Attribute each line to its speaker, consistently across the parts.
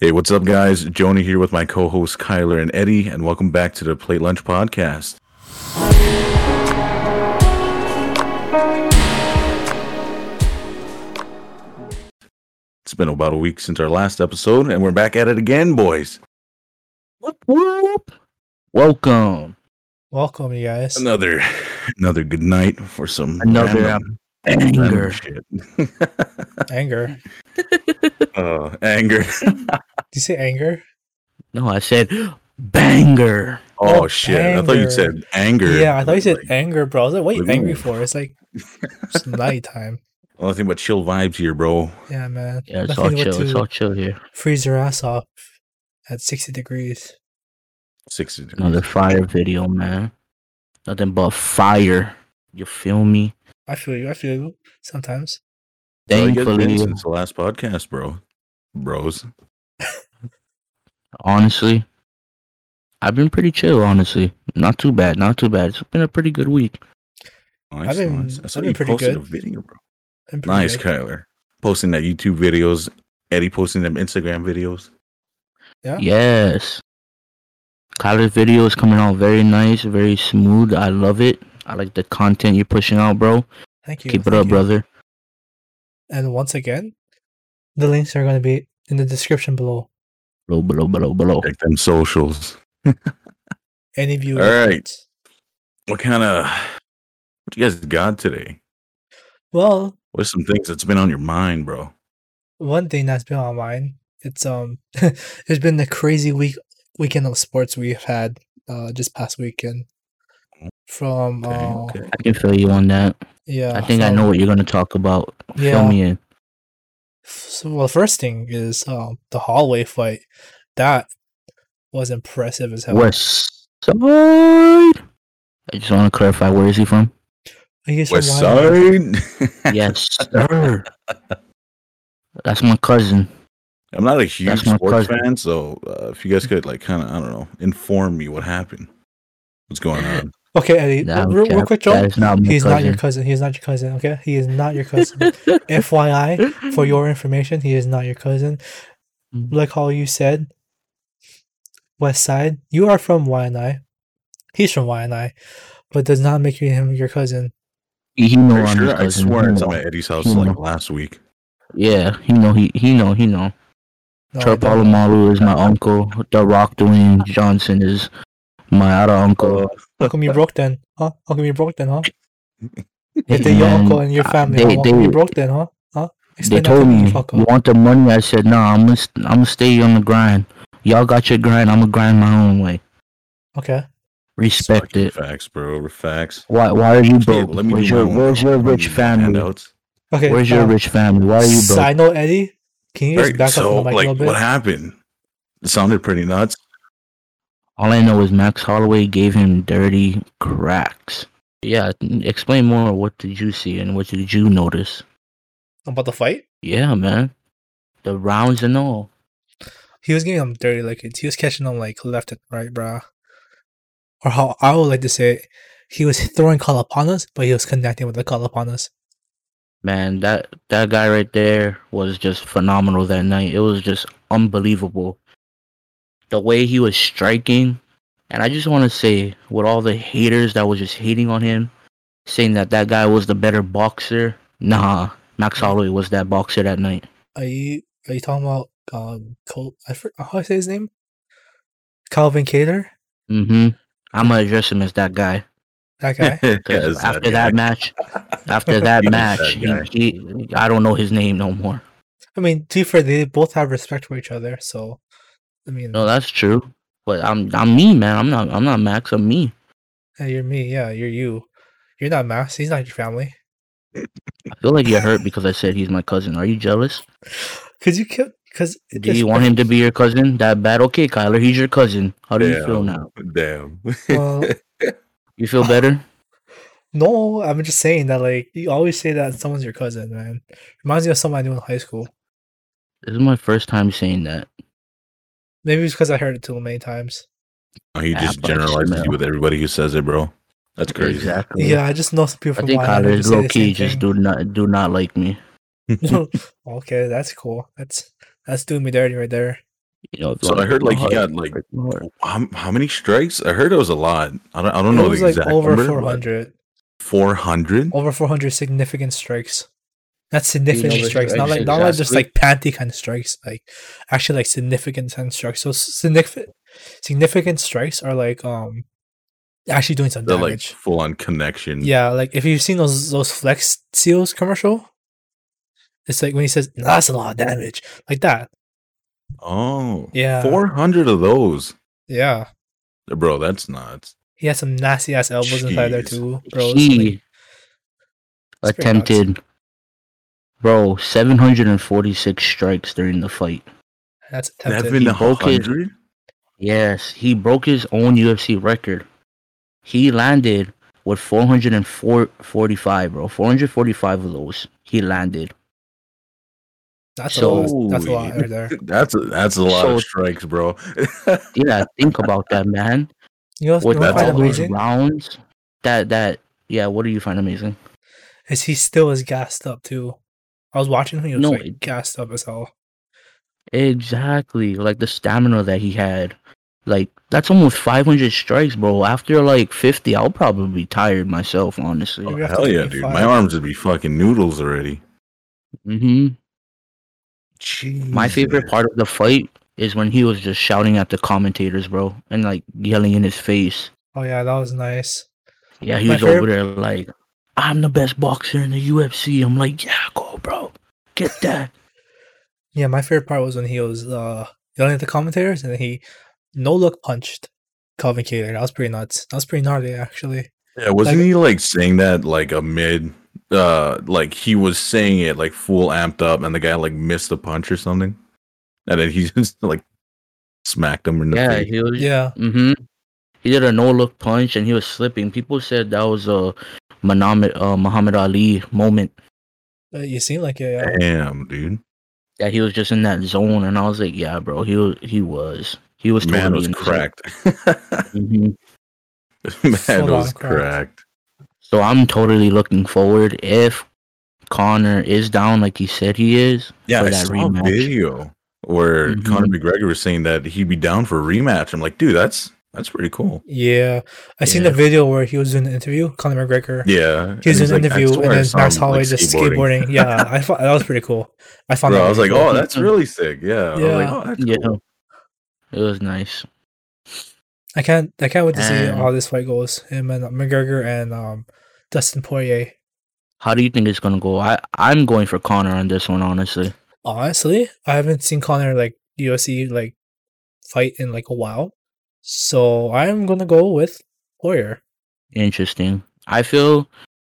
Speaker 1: Hey, what's up, guys? Joni here with my co hosts Kyler and Eddie, and welcome back to the Plate Lunch Podcast. It's been about a week since our last episode, and we're back at it again, boys. Whoop, whoop. Welcome.
Speaker 2: Welcome, you guys.
Speaker 1: Another another good night for some
Speaker 3: Another
Speaker 2: um,
Speaker 1: random
Speaker 3: anger.
Speaker 1: shit.
Speaker 2: Anger. Did
Speaker 1: oh, anger.
Speaker 2: you say anger?
Speaker 3: No, I said banger.
Speaker 1: Oh,
Speaker 2: Oh,
Speaker 1: shit. I thought you
Speaker 2: anger.
Speaker 1: said anger.
Speaker 2: Yeah, I thought you said
Speaker 1: Like,
Speaker 2: anger, bro. I was like, what are you
Speaker 1: Ooh.
Speaker 2: angry for? It's like it's nighttime.
Speaker 1: Only thing but chill vibes here, bro.
Speaker 2: Yeah, man.
Speaker 3: Yeah, it's all
Speaker 2: Nothing but
Speaker 3: chill. It's
Speaker 2: to
Speaker 3: all chill here.
Speaker 2: freeze your ass off at 60 degrees.
Speaker 1: Sixty. degrees.
Speaker 3: Another fire video, man. Nothing but fire. You feel me?
Speaker 2: I feel you. I feel you sometimes.
Speaker 1: Well, you guys been
Speaker 3: Thankfully,
Speaker 1: since the last podcast, bro. Bros.
Speaker 3: honestly, I've been pretty chill. Honestly, not too bad. Not too bad. It's been a pretty good week.
Speaker 1: Nice,
Speaker 2: been-
Speaker 1: nice. I
Speaker 2: I've
Speaker 1: saw
Speaker 2: been
Speaker 1: you
Speaker 2: pretty
Speaker 1: posted
Speaker 2: good.
Speaker 1: a video, bro.
Speaker 2: I'm pretty
Speaker 1: Nice,
Speaker 2: good.
Speaker 1: Kyler. Posting that YouTube videos. Eddie posting them Instagram videos.
Speaker 2: Yeah.
Speaker 3: Yes. Kyler's video is coming out very nice, very smooth. I love it. I like the content you're pushing out, bro.
Speaker 2: Thank you.
Speaker 3: Keep it
Speaker 2: thank
Speaker 3: up,
Speaker 2: you.
Speaker 3: brother.
Speaker 2: And once again, the links are going to be in the description below.
Speaker 3: Below, below, below, below.
Speaker 1: Check them socials.
Speaker 2: Any of you.
Speaker 1: All
Speaker 2: that-
Speaker 1: right. What kind of what you guys got today?
Speaker 2: Well,
Speaker 1: What's some things that's been on your mind, bro?
Speaker 2: one thing that's been on mine it's um it's been the crazy week weekend of sports we've had uh just past weekend from
Speaker 1: Okay,
Speaker 2: uh,
Speaker 1: okay.
Speaker 3: Oh, I can feel you on that.
Speaker 2: yeah
Speaker 3: I think I know
Speaker 2: from-
Speaker 3: what you're gonna talk about. Fill
Speaker 2: yeah
Speaker 3: me in.
Speaker 2: so, well first thing is um the hallway fight that was impressive as hell
Speaker 3: West Side. I just want to clarify. Where is he from?
Speaker 2: I guess
Speaker 1: West
Speaker 2: from Wyoming.
Speaker 1: Side.
Speaker 3: Yes, sir. That's my cousin.
Speaker 1: I'm not a huge
Speaker 3: That's my
Speaker 1: sports
Speaker 3: cousin.
Speaker 1: fan, so uh, if you guys could like kind of I don't know inform me what happened, what's going on?
Speaker 2: okay Eddie
Speaker 3: Nah, I'm
Speaker 2: real, real
Speaker 3: cap-
Speaker 2: quick
Speaker 3: That
Speaker 2: John
Speaker 3: is not my
Speaker 2: he's not your
Speaker 3: cousin.
Speaker 2: cousin he's not your cousin okay he is not your cousin FYI for your information he is not your cousin like how you said, West Side, you are from Waianae. He's from Waianae, but does not make you him your cousin.
Speaker 3: He know
Speaker 1: Pretty
Speaker 3: I'm
Speaker 1: sure
Speaker 3: his
Speaker 1: I
Speaker 3: cousin.
Speaker 1: swear
Speaker 3: He
Speaker 1: it's
Speaker 3: know.
Speaker 1: at my Eddie's house
Speaker 3: You
Speaker 1: like
Speaker 3: know.
Speaker 1: last week.
Speaker 3: Yeah, he know. He he know. He know.
Speaker 2: No, I
Speaker 3: Troy
Speaker 2: Oh, don't.
Speaker 3: Polamalu is my uncle. The Rock Dwayne Johnson is my other uncle.
Speaker 2: How come you broke then? Huh? How come you broke then, huh? If
Speaker 3: Hey,
Speaker 2: they're your
Speaker 3: man,
Speaker 2: uncle and your
Speaker 3: I-
Speaker 2: family,
Speaker 3: they-
Speaker 2: how come
Speaker 3: they-
Speaker 2: you broke then, huh? Huh?
Speaker 3: They
Speaker 2: Explain that to
Speaker 3: told
Speaker 2: me,
Speaker 3: me,
Speaker 2: fucker.
Speaker 3: you want the money? I said, nah, I'm gonna, st- I'm gonna stay on the grind. Y'all got your grind, I'm gonna grind my own way.
Speaker 2: Okay.
Speaker 3: Respect
Speaker 1: Fucking
Speaker 3: it.
Speaker 1: Facts, bro. Facts.
Speaker 3: Why, why are you
Speaker 1: Shit,
Speaker 3: broke?
Speaker 1: let me
Speaker 3: Where's
Speaker 1: do
Speaker 3: your,
Speaker 1: my own-
Speaker 3: where's your rich family?
Speaker 1: Handouts.
Speaker 2: Okay.
Speaker 3: Where's your
Speaker 2: um,
Speaker 3: rich family? Why are you broke?
Speaker 2: Side note, Eddie, can you just
Speaker 1: Alright,
Speaker 2: back up
Speaker 1: so
Speaker 2: on the mic a
Speaker 1: like,
Speaker 2: little
Speaker 1: what
Speaker 2: bit?
Speaker 1: happened? It sounded pretty nuts.
Speaker 3: All I know is Max Holloway gave him dirty cracks. Yeah, n- explain more. What did you see and what did you notice?
Speaker 2: About the fight?
Speaker 3: Yeah, man. The rounds and all.
Speaker 2: He was getting them dirty like it's- He was catching them like left and right, bruh. Or how I would like to say it, he was throwing call upon us, but he was connecting with the call upon us.
Speaker 3: Man, that that guy right there was just phenomenal that night. It was just unbelievable. The way he was striking, and I just want to say, with all the haters that was just hating on him, saying that that guy was the better boxer. Nah,
Speaker 1: Hmm.
Speaker 3: Max Holloway was that boxer that night.
Speaker 2: Are you are you talking about um Col- I for, how I say his name? Calvin Cater?
Speaker 3: Mm-hmm. I'm gonna address him as that guy.
Speaker 2: That guy.
Speaker 1: Yeah,
Speaker 3: 'Cause
Speaker 1: it's
Speaker 3: after that,
Speaker 1: guy.
Speaker 3: match, after that
Speaker 1: He's
Speaker 3: match,
Speaker 1: that guy.
Speaker 3: he, he, I don't know his name no more.
Speaker 2: I mean, to be fair, they both have respect for each other, so I mean
Speaker 3: No, that's true. But I'm I'm me, man. I'm not I'm not Max. I'm me.
Speaker 2: hey, you're me, yeah, you're you. You're not Max, he's not your family.
Speaker 3: I feel like you're hurt because I said he's my cousin. Are you jealous?
Speaker 2: Cause you killed cause
Speaker 3: Do you want him to be your cousin that bad? Okay, Kyler, he's your cousin. How do you feel
Speaker 1: Damn.
Speaker 3: now?
Speaker 1: Damn.
Speaker 2: Well,
Speaker 3: You feel better?
Speaker 2: no, I'm just saying that like you always say that someone's your cousin, man. Reminds me of someone I knew in high school.
Speaker 3: This is my first time saying that.
Speaker 2: Maybe it's because I heard it too many times.
Speaker 1: Oh, he
Speaker 3: Yeah,
Speaker 1: just
Speaker 3: but it's
Speaker 1: generalizes
Speaker 3: true.
Speaker 1: you with everybody who says it, bro. That's crazy.
Speaker 3: Exactly.
Speaker 2: Yeah, I just know some people
Speaker 3: I
Speaker 2: from
Speaker 3: think
Speaker 2: Wyoming who
Speaker 3: Kyler's
Speaker 2: just say
Speaker 3: low
Speaker 2: the same
Speaker 3: key just
Speaker 2: thing.
Speaker 3: do not do not like me.
Speaker 2: okay, that's cool. That's that's doing me dirty right there.
Speaker 3: You know,
Speaker 1: So I heard, like, he got, like, How, how many strikes? I heard it was a lot. I don't. I don't know
Speaker 2: it was
Speaker 1: the
Speaker 2: like
Speaker 1: exact
Speaker 2: over
Speaker 1: number.
Speaker 2: four hundred,
Speaker 1: Four hundred.
Speaker 2: over four hundred significant strikes. Not significant
Speaker 3: the
Speaker 2: strikes, not
Speaker 3: strikes
Speaker 2: like not like just
Speaker 3: exactly?
Speaker 2: like panty kind of strikes, like actually like significant kind of strikes. So significant significant strikes are like um actually doing some
Speaker 1: They're like
Speaker 2: damage.
Speaker 1: full on connection.
Speaker 2: Yeah, like if you've seen those those Flex Seals commercial, it's like when he says that's a lot of damage, like that.
Speaker 1: Oh.
Speaker 2: Yeah.
Speaker 1: Four hundred of those,
Speaker 2: Yeah,
Speaker 1: bro. That's nuts.
Speaker 2: he has some nasty ass elbows inside there
Speaker 1: Jeez.
Speaker 2: too, bro. It's like-
Speaker 3: He
Speaker 2: it's pretty nuts.
Speaker 3: attempted, bro, 746 strikes during the fight.
Speaker 2: That's attempted.
Speaker 1: Seven
Speaker 3: broke his-
Speaker 1: hundred.
Speaker 3: Yes, he broke his own UFC record. He landed with 445, bro. 445 of those. He landed.
Speaker 2: That's a lot. That's a lot
Speaker 1: Holy-
Speaker 2: right there.
Speaker 1: That's a, that's a lot
Speaker 3: So-
Speaker 1: of strikes, bro.
Speaker 3: Yeah, think about that, man.
Speaker 2: You know,
Speaker 3: With
Speaker 2: what I
Speaker 1: that's
Speaker 2: find
Speaker 3: all
Speaker 1: all
Speaker 3: those
Speaker 2: amazing
Speaker 3: rounds, that that yeah. What do you find amazing?
Speaker 2: is he still is gassed up too. I was watching him. He was
Speaker 3: No,
Speaker 2: like
Speaker 3: it-
Speaker 2: gassed up as hell.
Speaker 3: Exactly, like the stamina that he had. Like that's almost 500 strikes, bro. After like 50, I'll probably be tired myself, honestly.
Speaker 1: Oh,
Speaker 2: Maybe after
Speaker 1: hell yeah, dude.
Speaker 2: 25.
Speaker 1: My arms would be fucking noodles already.
Speaker 3: hmm
Speaker 1: Jeez.
Speaker 3: My favorite part of the fight is when he was just shouting at the commentators, bro, and like yelling in his face.
Speaker 2: Oh yeah, that was nice.
Speaker 3: Yeah, he
Speaker 2: My
Speaker 3: was
Speaker 2: favorite-
Speaker 3: over there like, I'm the best boxer in the UFC. I'm like, yeah, go, bro. Get that.
Speaker 2: Yeah, my favorite part was when he was uh, yelling at the commentators and then he no look punched Calvin Cater. That was pretty nuts. That was pretty gnarly actually.
Speaker 1: Yeah, wasn't
Speaker 2: Like-
Speaker 1: he like saying that like amid uh like he was saying it like full amped up and the guy like missed a punch or something? And then he just like smacked him in the
Speaker 3: yeah,
Speaker 1: face.
Speaker 3: he was.
Speaker 2: Yeah,
Speaker 3: hmm He did a no look punch and he was slipping. People said that was a Muhammad, uh, Muhammad Ali moment.
Speaker 2: uh, you seem like it. Yeah.
Speaker 1: Damn, dude.
Speaker 3: That he was just in that zone, and I was like, yeah, bro, he was. He was. He was
Speaker 1: Man was
Speaker 3: in the zone.
Speaker 1: cracked.
Speaker 3: Mhm.
Speaker 1: Man
Speaker 2: Full-on
Speaker 1: was
Speaker 2: cracked.
Speaker 1: cracked.
Speaker 3: So I'm totally looking forward if Connor is down like he said he is.
Speaker 1: Yeah,
Speaker 3: for
Speaker 1: I
Speaker 3: that
Speaker 1: saw a
Speaker 3: rematch.
Speaker 1: video where
Speaker 3: Mhm.
Speaker 1: Conor McGregor was saying that he'd be down for a rematch. I'm like, dude, that's that's pretty cool.
Speaker 2: Yeah, I seen the
Speaker 3: Yeah.
Speaker 2: video where he was doing an interview, Conor McGregor.
Speaker 1: Yeah.
Speaker 2: He
Speaker 1: and he's
Speaker 2: was in an
Speaker 1: like, "I
Speaker 2: interview
Speaker 1: swear
Speaker 2: and
Speaker 1: I
Speaker 2: then
Speaker 1: saw him,
Speaker 2: Max Holloway
Speaker 1: like,
Speaker 2: just skateboarding. Yeah, I thought that was pretty cool. I found
Speaker 1: Bro,
Speaker 2: that
Speaker 1: I was
Speaker 2: really
Speaker 1: like,
Speaker 2: cool.
Speaker 1: oh, that's really sick. Yeah. I was like,
Speaker 2: Yeah.
Speaker 1: oh, that's
Speaker 3: Yeah.
Speaker 1: cool.
Speaker 3: It was nice.
Speaker 2: I can't I can't wait to see
Speaker 3: And-
Speaker 2: how this fight goes. Him and uh, McGregor and um Dustin Poirier.
Speaker 3: How do you think it's gonna go? I I'm going for Connor on this one, honestly.
Speaker 2: Honestly, I haven't seen Connor like UFC like fight in like a while. So I'm gonna go with Poirier.
Speaker 3: Interesting. I feel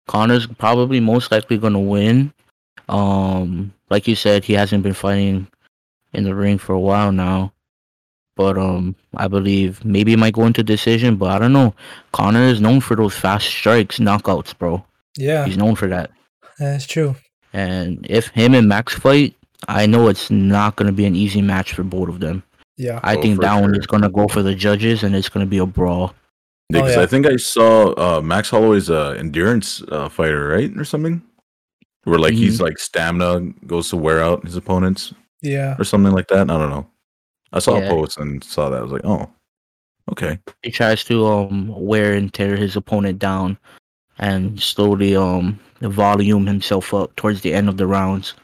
Speaker 3: Connor's probably most likely gonna win. Um, like you said, he hasn't been fighting in the ring for a while now. But um, I believe maybe it might go into decision, but I don't know. Connor is known for those fast strikes, knockouts, bro.
Speaker 2: Yeah,
Speaker 3: He's known for that.
Speaker 2: that's true.
Speaker 3: And if him and Max fight, I know it's not going to be an easy match for both of them.
Speaker 2: Yeah.
Speaker 3: I
Speaker 1: Oh,
Speaker 3: think
Speaker 1: for
Speaker 3: that one
Speaker 1: sure.
Speaker 3: is going to go for the judges and it's going to be a brawl.
Speaker 1: Yeah,
Speaker 2: Oh,
Speaker 1: 'cause
Speaker 2: yeah.
Speaker 1: I think I saw uh, Max Holloway's uh, endurance uh, fighter, right, or something, where like
Speaker 3: Mm-hmm.
Speaker 1: he's like stamina goes to wear out his opponents
Speaker 2: Yeah.
Speaker 1: or something like that. I don't know. I saw
Speaker 3: Yeah.
Speaker 1: a post and saw that. I was like, oh, okay,
Speaker 3: He tries to um wear and tear his opponent down and slowly um volume himself up towards the end of the rounds.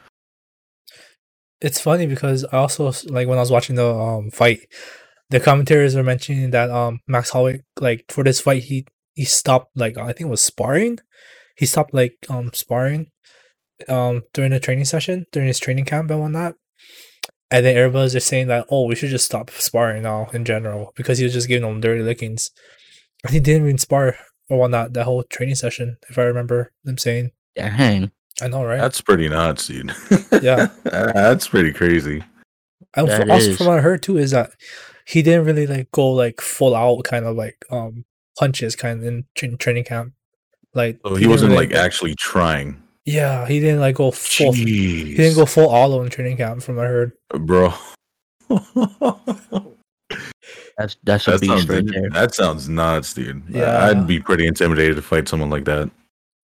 Speaker 2: It's funny because I also s- like when I was watching the um fight, the commentators were mentioning that um Max Holloway like for this fight he he stopped like I think it was sparring, he stopped like um sparring, um during the training session during his training camp and whatnot, and then everybody's just saying that oh we should just stop sparring now in general because he was just giving them dirty lickings, and he didn't even spar or whatnot that whole training session if I remember them saying
Speaker 3: Dang.
Speaker 2: I know right
Speaker 1: that's pretty nuts, dude.
Speaker 2: Yeah.
Speaker 1: that's pretty crazy.
Speaker 2: And
Speaker 3: That
Speaker 2: f- also
Speaker 3: is-
Speaker 2: from what I heard too is that he didn't really like go like full out kind of like um punches kind of in tra- training camp. Like
Speaker 1: So he,
Speaker 2: Oh, didn't
Speaker 1: wasn't
Speaker 2: really
Speaker 1: like
Speaker 2: go-
Speaker 1: actually trying.
Speaker 2: yeah he didn't like go full he
Speaker 1: Jeez,
Speaker 2: didn't go full all out in training camp from what I heard.
Speaker 1: bro.
Speaker 3: That's that's a
Speaker 1: that sounds
Speaker 3: beast right there.
Speaker 1: that sounds nuts, dude.
Speaker 2: Yeah.
Speaker 1: Yeah, I'd be pretty intimidated to fight someone like that.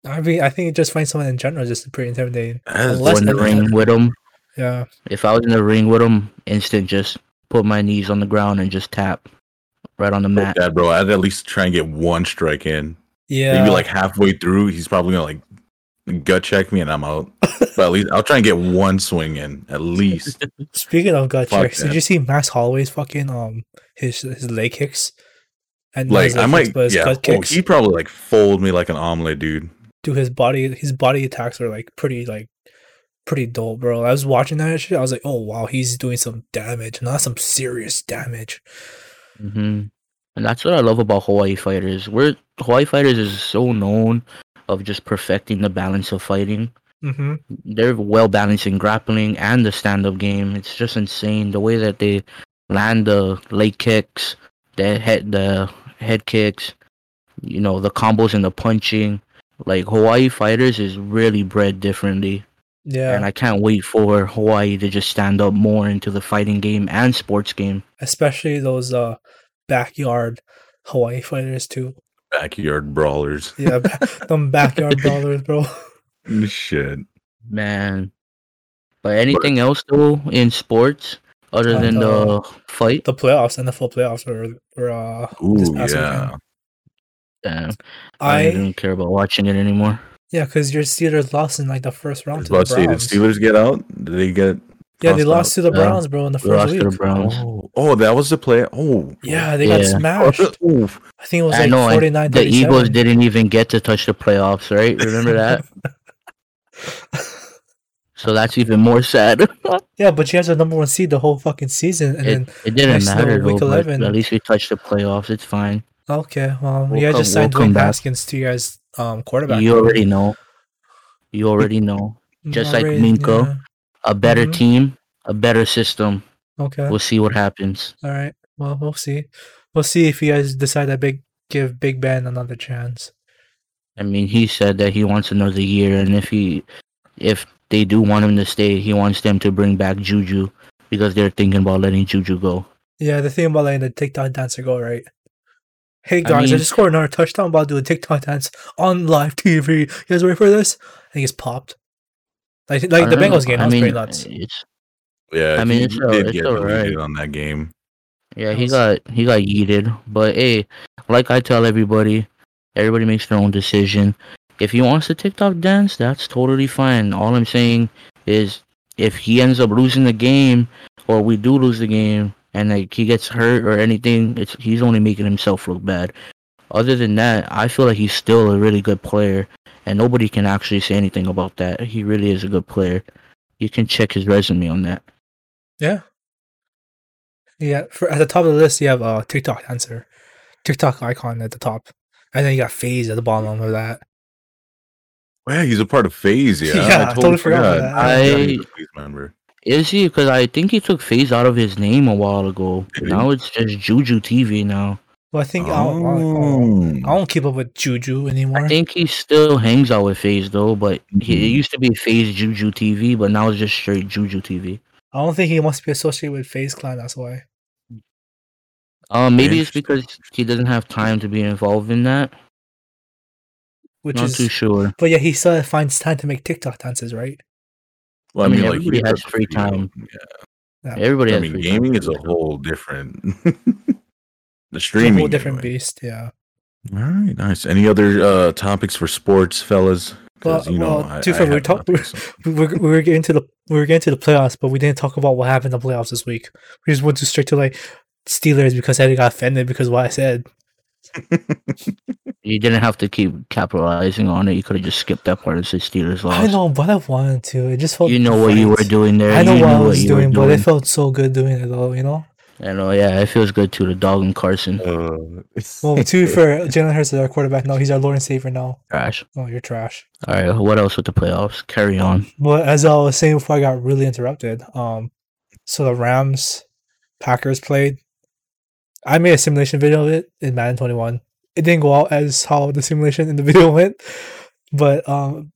Speaker 2: I mean I think just find someone in general is just pretty intimidating.
Speaker 1: That's
Speaker 2: Unless-
Speaker 3: Go in the ring with him.
Speaker 2: Yeah,
Speaker 3: If I was in the ring with him, instant just put my knees on the ground and just tap right on the mat.
Speaker 1: Dad, bro, I'd at least try and get one strike in.
Speaker 2: Yeah.
Speaker 1: Maybe like halfway through, he's probably gonna like gut check me and I'm out. but at least I'll try and get one swing in at least.
Speaker 2: Speaking of gut
Speaker 1: Fuck
Speaker 2: tricks, did
Speaker 1: that.
Speaker 2: you see Max Holloway's fucking um his his leg kicks? And not
Speaker 1: like
Speaker 2: his leg
Speaker 1: I
Speaker 2: kicks,
Speaker 1: might,
Speaker 2: but his
Speaker 1: yeah.
Speaker 2: gut
Speaker 1: Oh,
Speaker 2: kicks.
Speaker 1: he probably like fold me like an omelet, dude.
Speaker 2: Dude, his body his body attacks are like pretty like pretty dope, bro. I was watching that shit. I was like, oh wow, he's doing some damage, not some serious damage.
Speaker 3: hmm And that's what I love about Hawaii fighters. We're Hawaii fighters is so known of just perfecting the balance of fighting.
Speaker 2: Mm-hmm.
Speaker 3: They're well balanced in grappling and the stand up game. It's just insane the way that they land the leg kicks, the head the head kicks, you know, the combos and the punching. Like Hawaii fighters is really bred differently.
Speaker 2: Yeah.
Speaker 3: And I can't wait for Hawaii to just stand up more into the fighting game and sports game.
Speaker 2: Especially those uh backyard Hawaii fighters too.
Speaker 1: Backyard brawlers.
Speaker 2: Yeah, ba- them backyard brawlers, bro.
Speaker 1: Shit.
Speaker 3: Man. But anything else though in sports other
Speaker 2: Uh,
Speaker 3: than
Speaker 2: no.
Speaker 3: the fight?
Speaker 2: The playoffs, NFL playoffs were, were uh this
Speaker 1: Ooh,
Speaker 2: past weekend.
Speaker 1: yeah.
Speaker 3: Damn, I,
Speaker 2: I
Speaker 3: don't care about watching it anymore.
Speaker 2: Yeah, because your Steelers lost in like the first
Speaker 1: I was
Speaker 2: round to the
Speaker 1: about to say, did
Speaker 2: Browns.
Speaker 1: Steelers get out? Did they get?
Speaker 2: yeah, they
Speaker 1: tossed
Speaker 2: lost
Speaker 1: out?
Speaker 2: to the
Speaker 3: Yeah.
Speaker 2: Browns, bro, in the
Speaker 3: We
Speaker 2: first
Speaker 3: lost
Speaker 2: week.
Speaker 3: to the Browns.
Speaker 1: Oh, oh, that was the play. Oh,
Speaker 2: Yeah, they got
Speaker 3: Yeah.
Speaker 2: smashed.
Speaker 1: Oof.
Speaker 2: I think it was
Speaker 3: I
Speaker 2: like
Speaker 3: know, and
Speaker 2: forty nine.
Speaker 3: The Eagles didn't even get to touch the playoffs, right? Remember that? so that's even more sad. it,
Speaker 2: Yeah, but you guys are number one seed the whole fucking season, and then
Speaker 3: it didn't
Speaker 2: next to
Speaker 3: matter
Speaker 2: week
Speaker 3: though, but
Speaker 2: 11.
Speaker 3: at least we touched the playoffs. It's fine.
Speaker 2: okay, well,
Speaker 3: We'll
Speaker 2: you guys
Speaker 3: come-
Speaker 2: just signed
Speaker 3: we'll come
Speaker 2: Dwayne
Speaker 3: back.
Speaker 2: Haskins to you guys um quarterback. Mm,
Speaker 3: You already know. You already know. just like
Speaker 2: Already-
Speaker 3: Minko. A better
Speaker 2: Mhm.
Speaker 3: team, a better system.
Speaker 2: yeah, Okay,
Speaker 3: We'll see what happens.
Speaker 2: all right. Well, we'll see. We'll see if you guys decide to big give Big Ben another chance.
Speaker 3: I mean, he said that he wants another year, and if he, if they do want him to stay, he wants them to bring back Juju because they're thinking about letting Juju go.
Speaker 2: Yeah, the thing about letting the TikTok dancer go, right? Hey
Speaker 3: I
Speaker 2: guys, I,
Speaker 3: mean-
Speaker 2: just scored another touchdown. I'm about to do a TikTok dance on live TV. You guys ready for this? And he gets popped. Like, like
Speaker 3: I
Speaker 2: the
Speaker 3: don't
Speaker 2: Bengals
Speaker 3: know.
Speaker 2: game,
Speaker 3: I
Speaker 2: that was
Speaker 3: mean,
Speaker 2: pretty nuts.
Speaker 3: It's,
Speaker 1: Yeah,
Speaker 3: I mean,
Speaker 1: he
Speaker 3: it's all-
Speaker 1: did
Speaker 3: it's
Speaker 1: get
Speaker 3: all
Speaker 1: deleted
Speaker 3: right.
Speaker 1: on that game.
Speaker 3: yeah,
Speaker 2: That
Speaker 3: he
Speaker 2: was-
Speaker 3: got he got yeeted, but hey, like I tell everybody, everybody makes their own decision. If he wants to TikTok dance, that's totally fine. All I'm saying is, if he ends up losing the game, or we do lose the game, and like he gets hurt or anything, it's he's only making himself look bad. other than that, I feel like he's still a really good player, and nobody can actually say anything about that. He really is a good player. You can check his resume on that.
Speaker 2: Yeah. Yeah. For, at the top of the list, you have uh, TikTok dancer, TikTok icon at the top. And then you got FaZe at the bottom of that.
Speaker 1: Well, yeah, he's a part of Phase. Yeah,
Speaker 2: Yeah, I totally forgot about that.
Speaker 1: I,
Speaker 3: I-
Speaker 1: totally forgot he's a FaZe member.
Speaker 3: Is he? Because I think he took Phase out of his name a while ago.
Speaker 1: Did he?
Speaker 3: Now it's just Juju TV now.
Speaker 2: Well, I think I, don't, I, don't, I
Speaker 1: Oh.
Speaker 2: don't keep up with Juju anymore.
Speaker 3: I think he still hangs out with Phase though, but he, it
Speaker 2: Mm-hmm.
Speaker 3: used to be Phase Juju TV, but now it's just straight Juju TV.
Speaker 2: I don't think he wants to be associated with FaZe Clan. That's why.
Speaker 3: Um, maybe it's
Speaker 1: Interesting.
Speaker 3: because he doesn't have time to be involved in that.
Speaker 2: Which
Speaker 3: Not
Speaker 2: is.
Speaker 3: too sure.
Speaker 2: But yeah, he still finds time to make TikTok dances, right?
Speaker 1: Well,
Speaker 3: I
Speaker 1: I
Speaker 3: mean,
Speaker 1: mean, like
Speaker 3: everybody
Speaker 1: he
Speaker 3: has
Speaker 1: took
Speaker 3: free
Speaker 1: video.
Speaker 3: time.
Speaker 1: Yeah.
Speaker 3: Everybody.
Speaker 1: I
Speaker 3: has
Speaker 1: mean,
Speaker 3: free time.
Speaker 1: gaming is a whole different. the
Speaker 2: It's
Speaker 1: streaming.
Speaker 2: a whole different
Speaker 1: anyway.
Speaker 2: beast. Yeah.
Speaker 1: All right, nice. Any other uh, topics for sports, fellas? 'Cause,
Speaker 2: Well-
Speaker 1: you know,
Speaker 2: well,
Speaker 1: I,
Speaker 2: to
Speaker 1: I
Speaker 2: fair, we
Speaker 1: have
Speaker 2: talk-
Speaker 1: nothing, so-
Speaker 2: We were, we were getting to the we were getting to the playoffs, but we didn't talk about what happened in the playoffs this week. We just went to straight to like Steelers because Eddie got offended because what I said.
Speaker 3: You didn't have to keep capitalizing on it. You could have just skipped that part and said Steelers lost.
Speaker 2: I know, but I wanted to. It just felt
Speaker 3: You know what you were
Speaker 2: right.
Speaker 3: doing there.
Speaker 2: I know
Speaker 3: you
Speaker 2: what I
Speaker 3: knew
Speaker 2: was
Speaker 3: you were
Speaker 2: doing, but it felt so good doing it though. You know.
Speaker 3: I know, yeah, it feels good too. The dog and Carson
Speaker 2: Uh, Well, two for Jalen Hurts is our quarterback now. He's our Lord and Savior now.
Speaker 3: crash.
Speaker 2: Oh, you're trash.
Speaker 3: All right, what else with the playoffs? Carry on.
Speaker 2: But as I was saying before, I got really interrupted. Um, so the Rams, Packers played. I made a simulation video of it in Madden 21. It didn't go out as how the simulation in the video went, but um,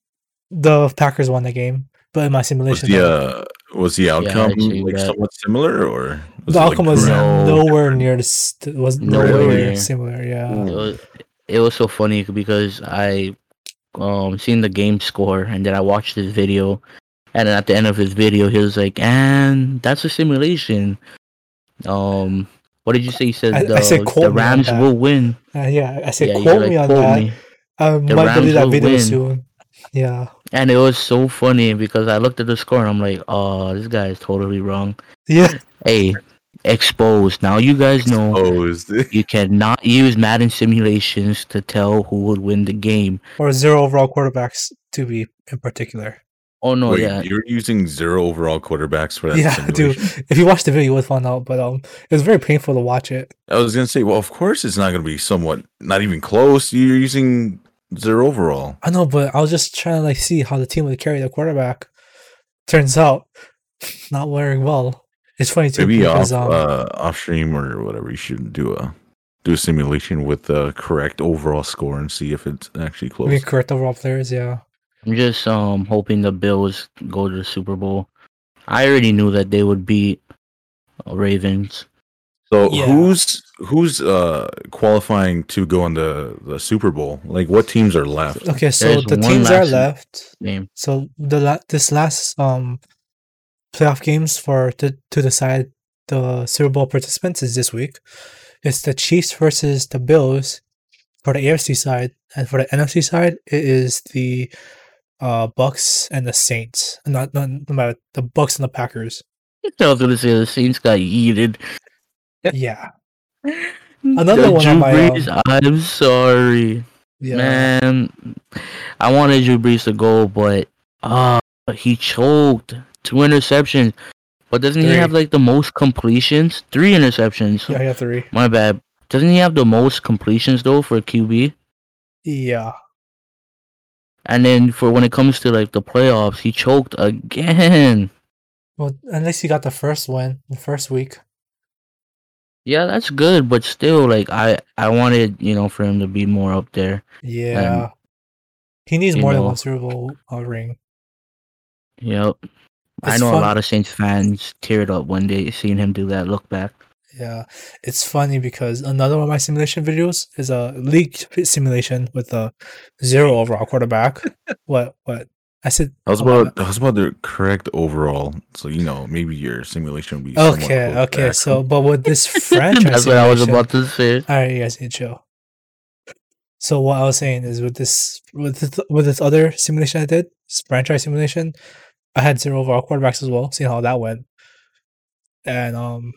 Speaker 2: the Packers won the game. But in my
Speaker 1: was
Speaker 2: simulation,
Speaker 1: the uh, was the outcome
Speaker 3: see
Speaker 1: like
Speaker 3: that.
Speaker 1: somewhat similar, or
Speaker 2: the outcome was
Speaker 3: correct?
Speaker 1: dramatic?
Speaker 3: No.
Speaker 2: nowhere near the st- was nowhere near
Speaker 3: Really?
Speaker 2: similar. Yeah,
Speaker 3: It was, it was so funny because I um seen the game score and then I watched his video, and then at the end of his video, he was like, "And that's a simulation." Um, what did you say? You said
Speaker 2: I- I
Speaker 3: the,
Speaker 2: said quote
Speaker 3: the
Speaker 2: me on
Speaker 3: Rams
Speaker 2: that.
Speaker 3: will win.
Speaker 2: Uh, yeah, I said
Speaker 3: yeah,
Speaker 2: quote
Speaker 3: you're like,
Speaker 2: me on
Speaker 3: quote
Speaker 2: that.
Speaker 3: me.
Speaker 2: I
Speaker 3: The
Speaker 2: might
Speaker 3: Rams
Speaker 2: delete that
Speaker 3: will
Speaker 2: video
Speaker 3: win.
Speaker 2: soon. Yeah,
Speaker 3: And it was so funny because I looked at the score and I'm like, oh, this guy is totally wrong.
Speaker 2: yeah.
Speaker 3: Hey, exposed. Now you guys know
Speaker 1: Oh, is this?
Speaker 3: you cannot use Madden simulations to tell who would win the game.
Speaker 2: Or zero overall quarterbacks to be in particular.
Speaker 3: Oh no,
Speaker 1: Wait,
Speaker 3: yeah.
Speaker 1: you're using zero overall quarterbacks for that
Speaker 2: Yeah,
Speaker 1: simulation?
Speaker 2: dude. If you watch the video, you would find out. But um, it was very painful to watch it.
Speaker 1: I was gonna say, well, of course it's not gonna be somewhat, not even close. You're using zero overall.
Speaker 2: I know, but I was just trying to like see how the team would carry the quarterback. Turns out, not very well. It's funny too
Speaker 1: Maybe off
Speaker 2: because um,
Speaker 1: uh, off stream or whatever. You should do a do a simulation with the correct overall score and see if it's actually close.
Speaker 2: we correct overall players. Yeah,
Speaker 3: I'm just um hoping the Bills go to the Super Bowl. I already knew that they would beat uh, Ravens.
Speaker 1: So
Speaker 2: Yeah.
Speaker 1: who's who's uh qualifying to go on the, the Super Bowl? Like what teams are left?
Speaker 2: Okay, so
Speaker 3: There's
Speaker 2: the
Speaker 3: one
Speaker 2: teams are
Speaker 3: last-
Speaker 2: left.
Speaker 3: Name.
Speaker 2: So the la- this last um playoff games for to to decide the Super Bowl participants is this week. It's the Chiefs versus the Bills for the AFC side, and for the NFC side, it is the uh Bucks and the Saints. Not not no matter the Bucks and the Packers.
Speaker 3: I was gonna say the Saints got yeeted.
Speaker 2: Yeah, Another one
Speaker 3: Drew
Speaker 2: on my, um,
Speaker 3: Brees, I'm sorry,
Speaker 2: yeah.
Speaker 3: man. I wanted Drew Brees to go, but uh he choked two interceptions. But doesn't
Speaker 2: Three.
Speaker 3: he have like the most completions? Three interceptions.
Speaker 2: Yeah, I got three.
Speaker 3: My bad. Doesn't he have the most completions though for a QB?
Speaker 2: Yeah,
Speaker 3: And then for when it comes to like the playoffs, he choked again.
Speaker 2: well, at least you got the first win the first week.
Speaker 3: Yeah, that's good, but still, like I, I wanted you know for him to be more up there.
Speaker 2: Yeah, he needs
Speaker 3: you
Speaker 2: more than
Speaker 3: know-
Speaker 2: one Super Bowl uh, ring.
Speaker 3: Yep. I
Speaker 2: It's
Speaker 3: know
Speaker 2: fun-
Speaker 3: a lot of Saints fans teared up one day seeing him do that look back.
Speaker 2: Yeah, it's funny because another one of my simulation videos is a league f- simulation with a zero overall quarterback. what? What? I said.
Speaker 1: I was
Speaker 2: oh my
Speaker 1: about
Speaker 2: bad.
Speaker 1: I was about the correct overall. So you know, maybe your simulation will be somewhat
Speaker 2: Okay,
Speaker 1: close
Speaker 2: okay.
Speaker 1: back.
Speaker 2: So, but with this franchise,
Speaker 3: that's what I was
Speaker 2: simulation-
Speaker 3: about to say.
Speaker 2: All right, you guys need to chill. So what I was saying is with this with this, with this other simulation I did, this franchise simulation, I had zero overall quarterbacks as well. Seeing how that went, and um,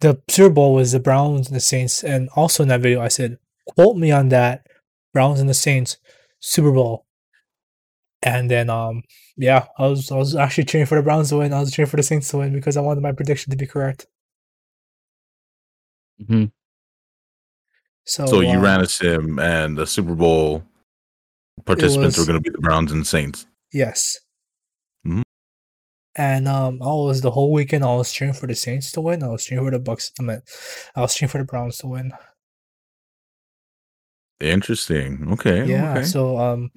Speaker 2: the Super Bowl was the Browns and the Saints, and also in that video I said, quote me on that Browns and the Saints Super Bowl, and then um, yeah, I was I was actually cheering for the Browns to win. I was cheering for the Saints to win because I wanted my prediction to be correct.
Speaker 3: hmm
Speaker 2: So
Speaker 1: so you
Speaker 2: uh,
Speaker 1: ran a sim and the Super Bowl participants
Speaker 2: was-
Speaker 1: were gonna be the Browns and Saints.
Speaker 2: Yes.
Speaker 1: Mhm.
Speaker 2: And um, I was the whole weekend. I was cheering for the Saints to win. I was cheering for the Bucks. I mean, I was cheering for the Browns to win.
Speaker 1: Interesting. Okay.
Speaker 2: yeah.
Speaker 1: okay.
Speaker 2: So um,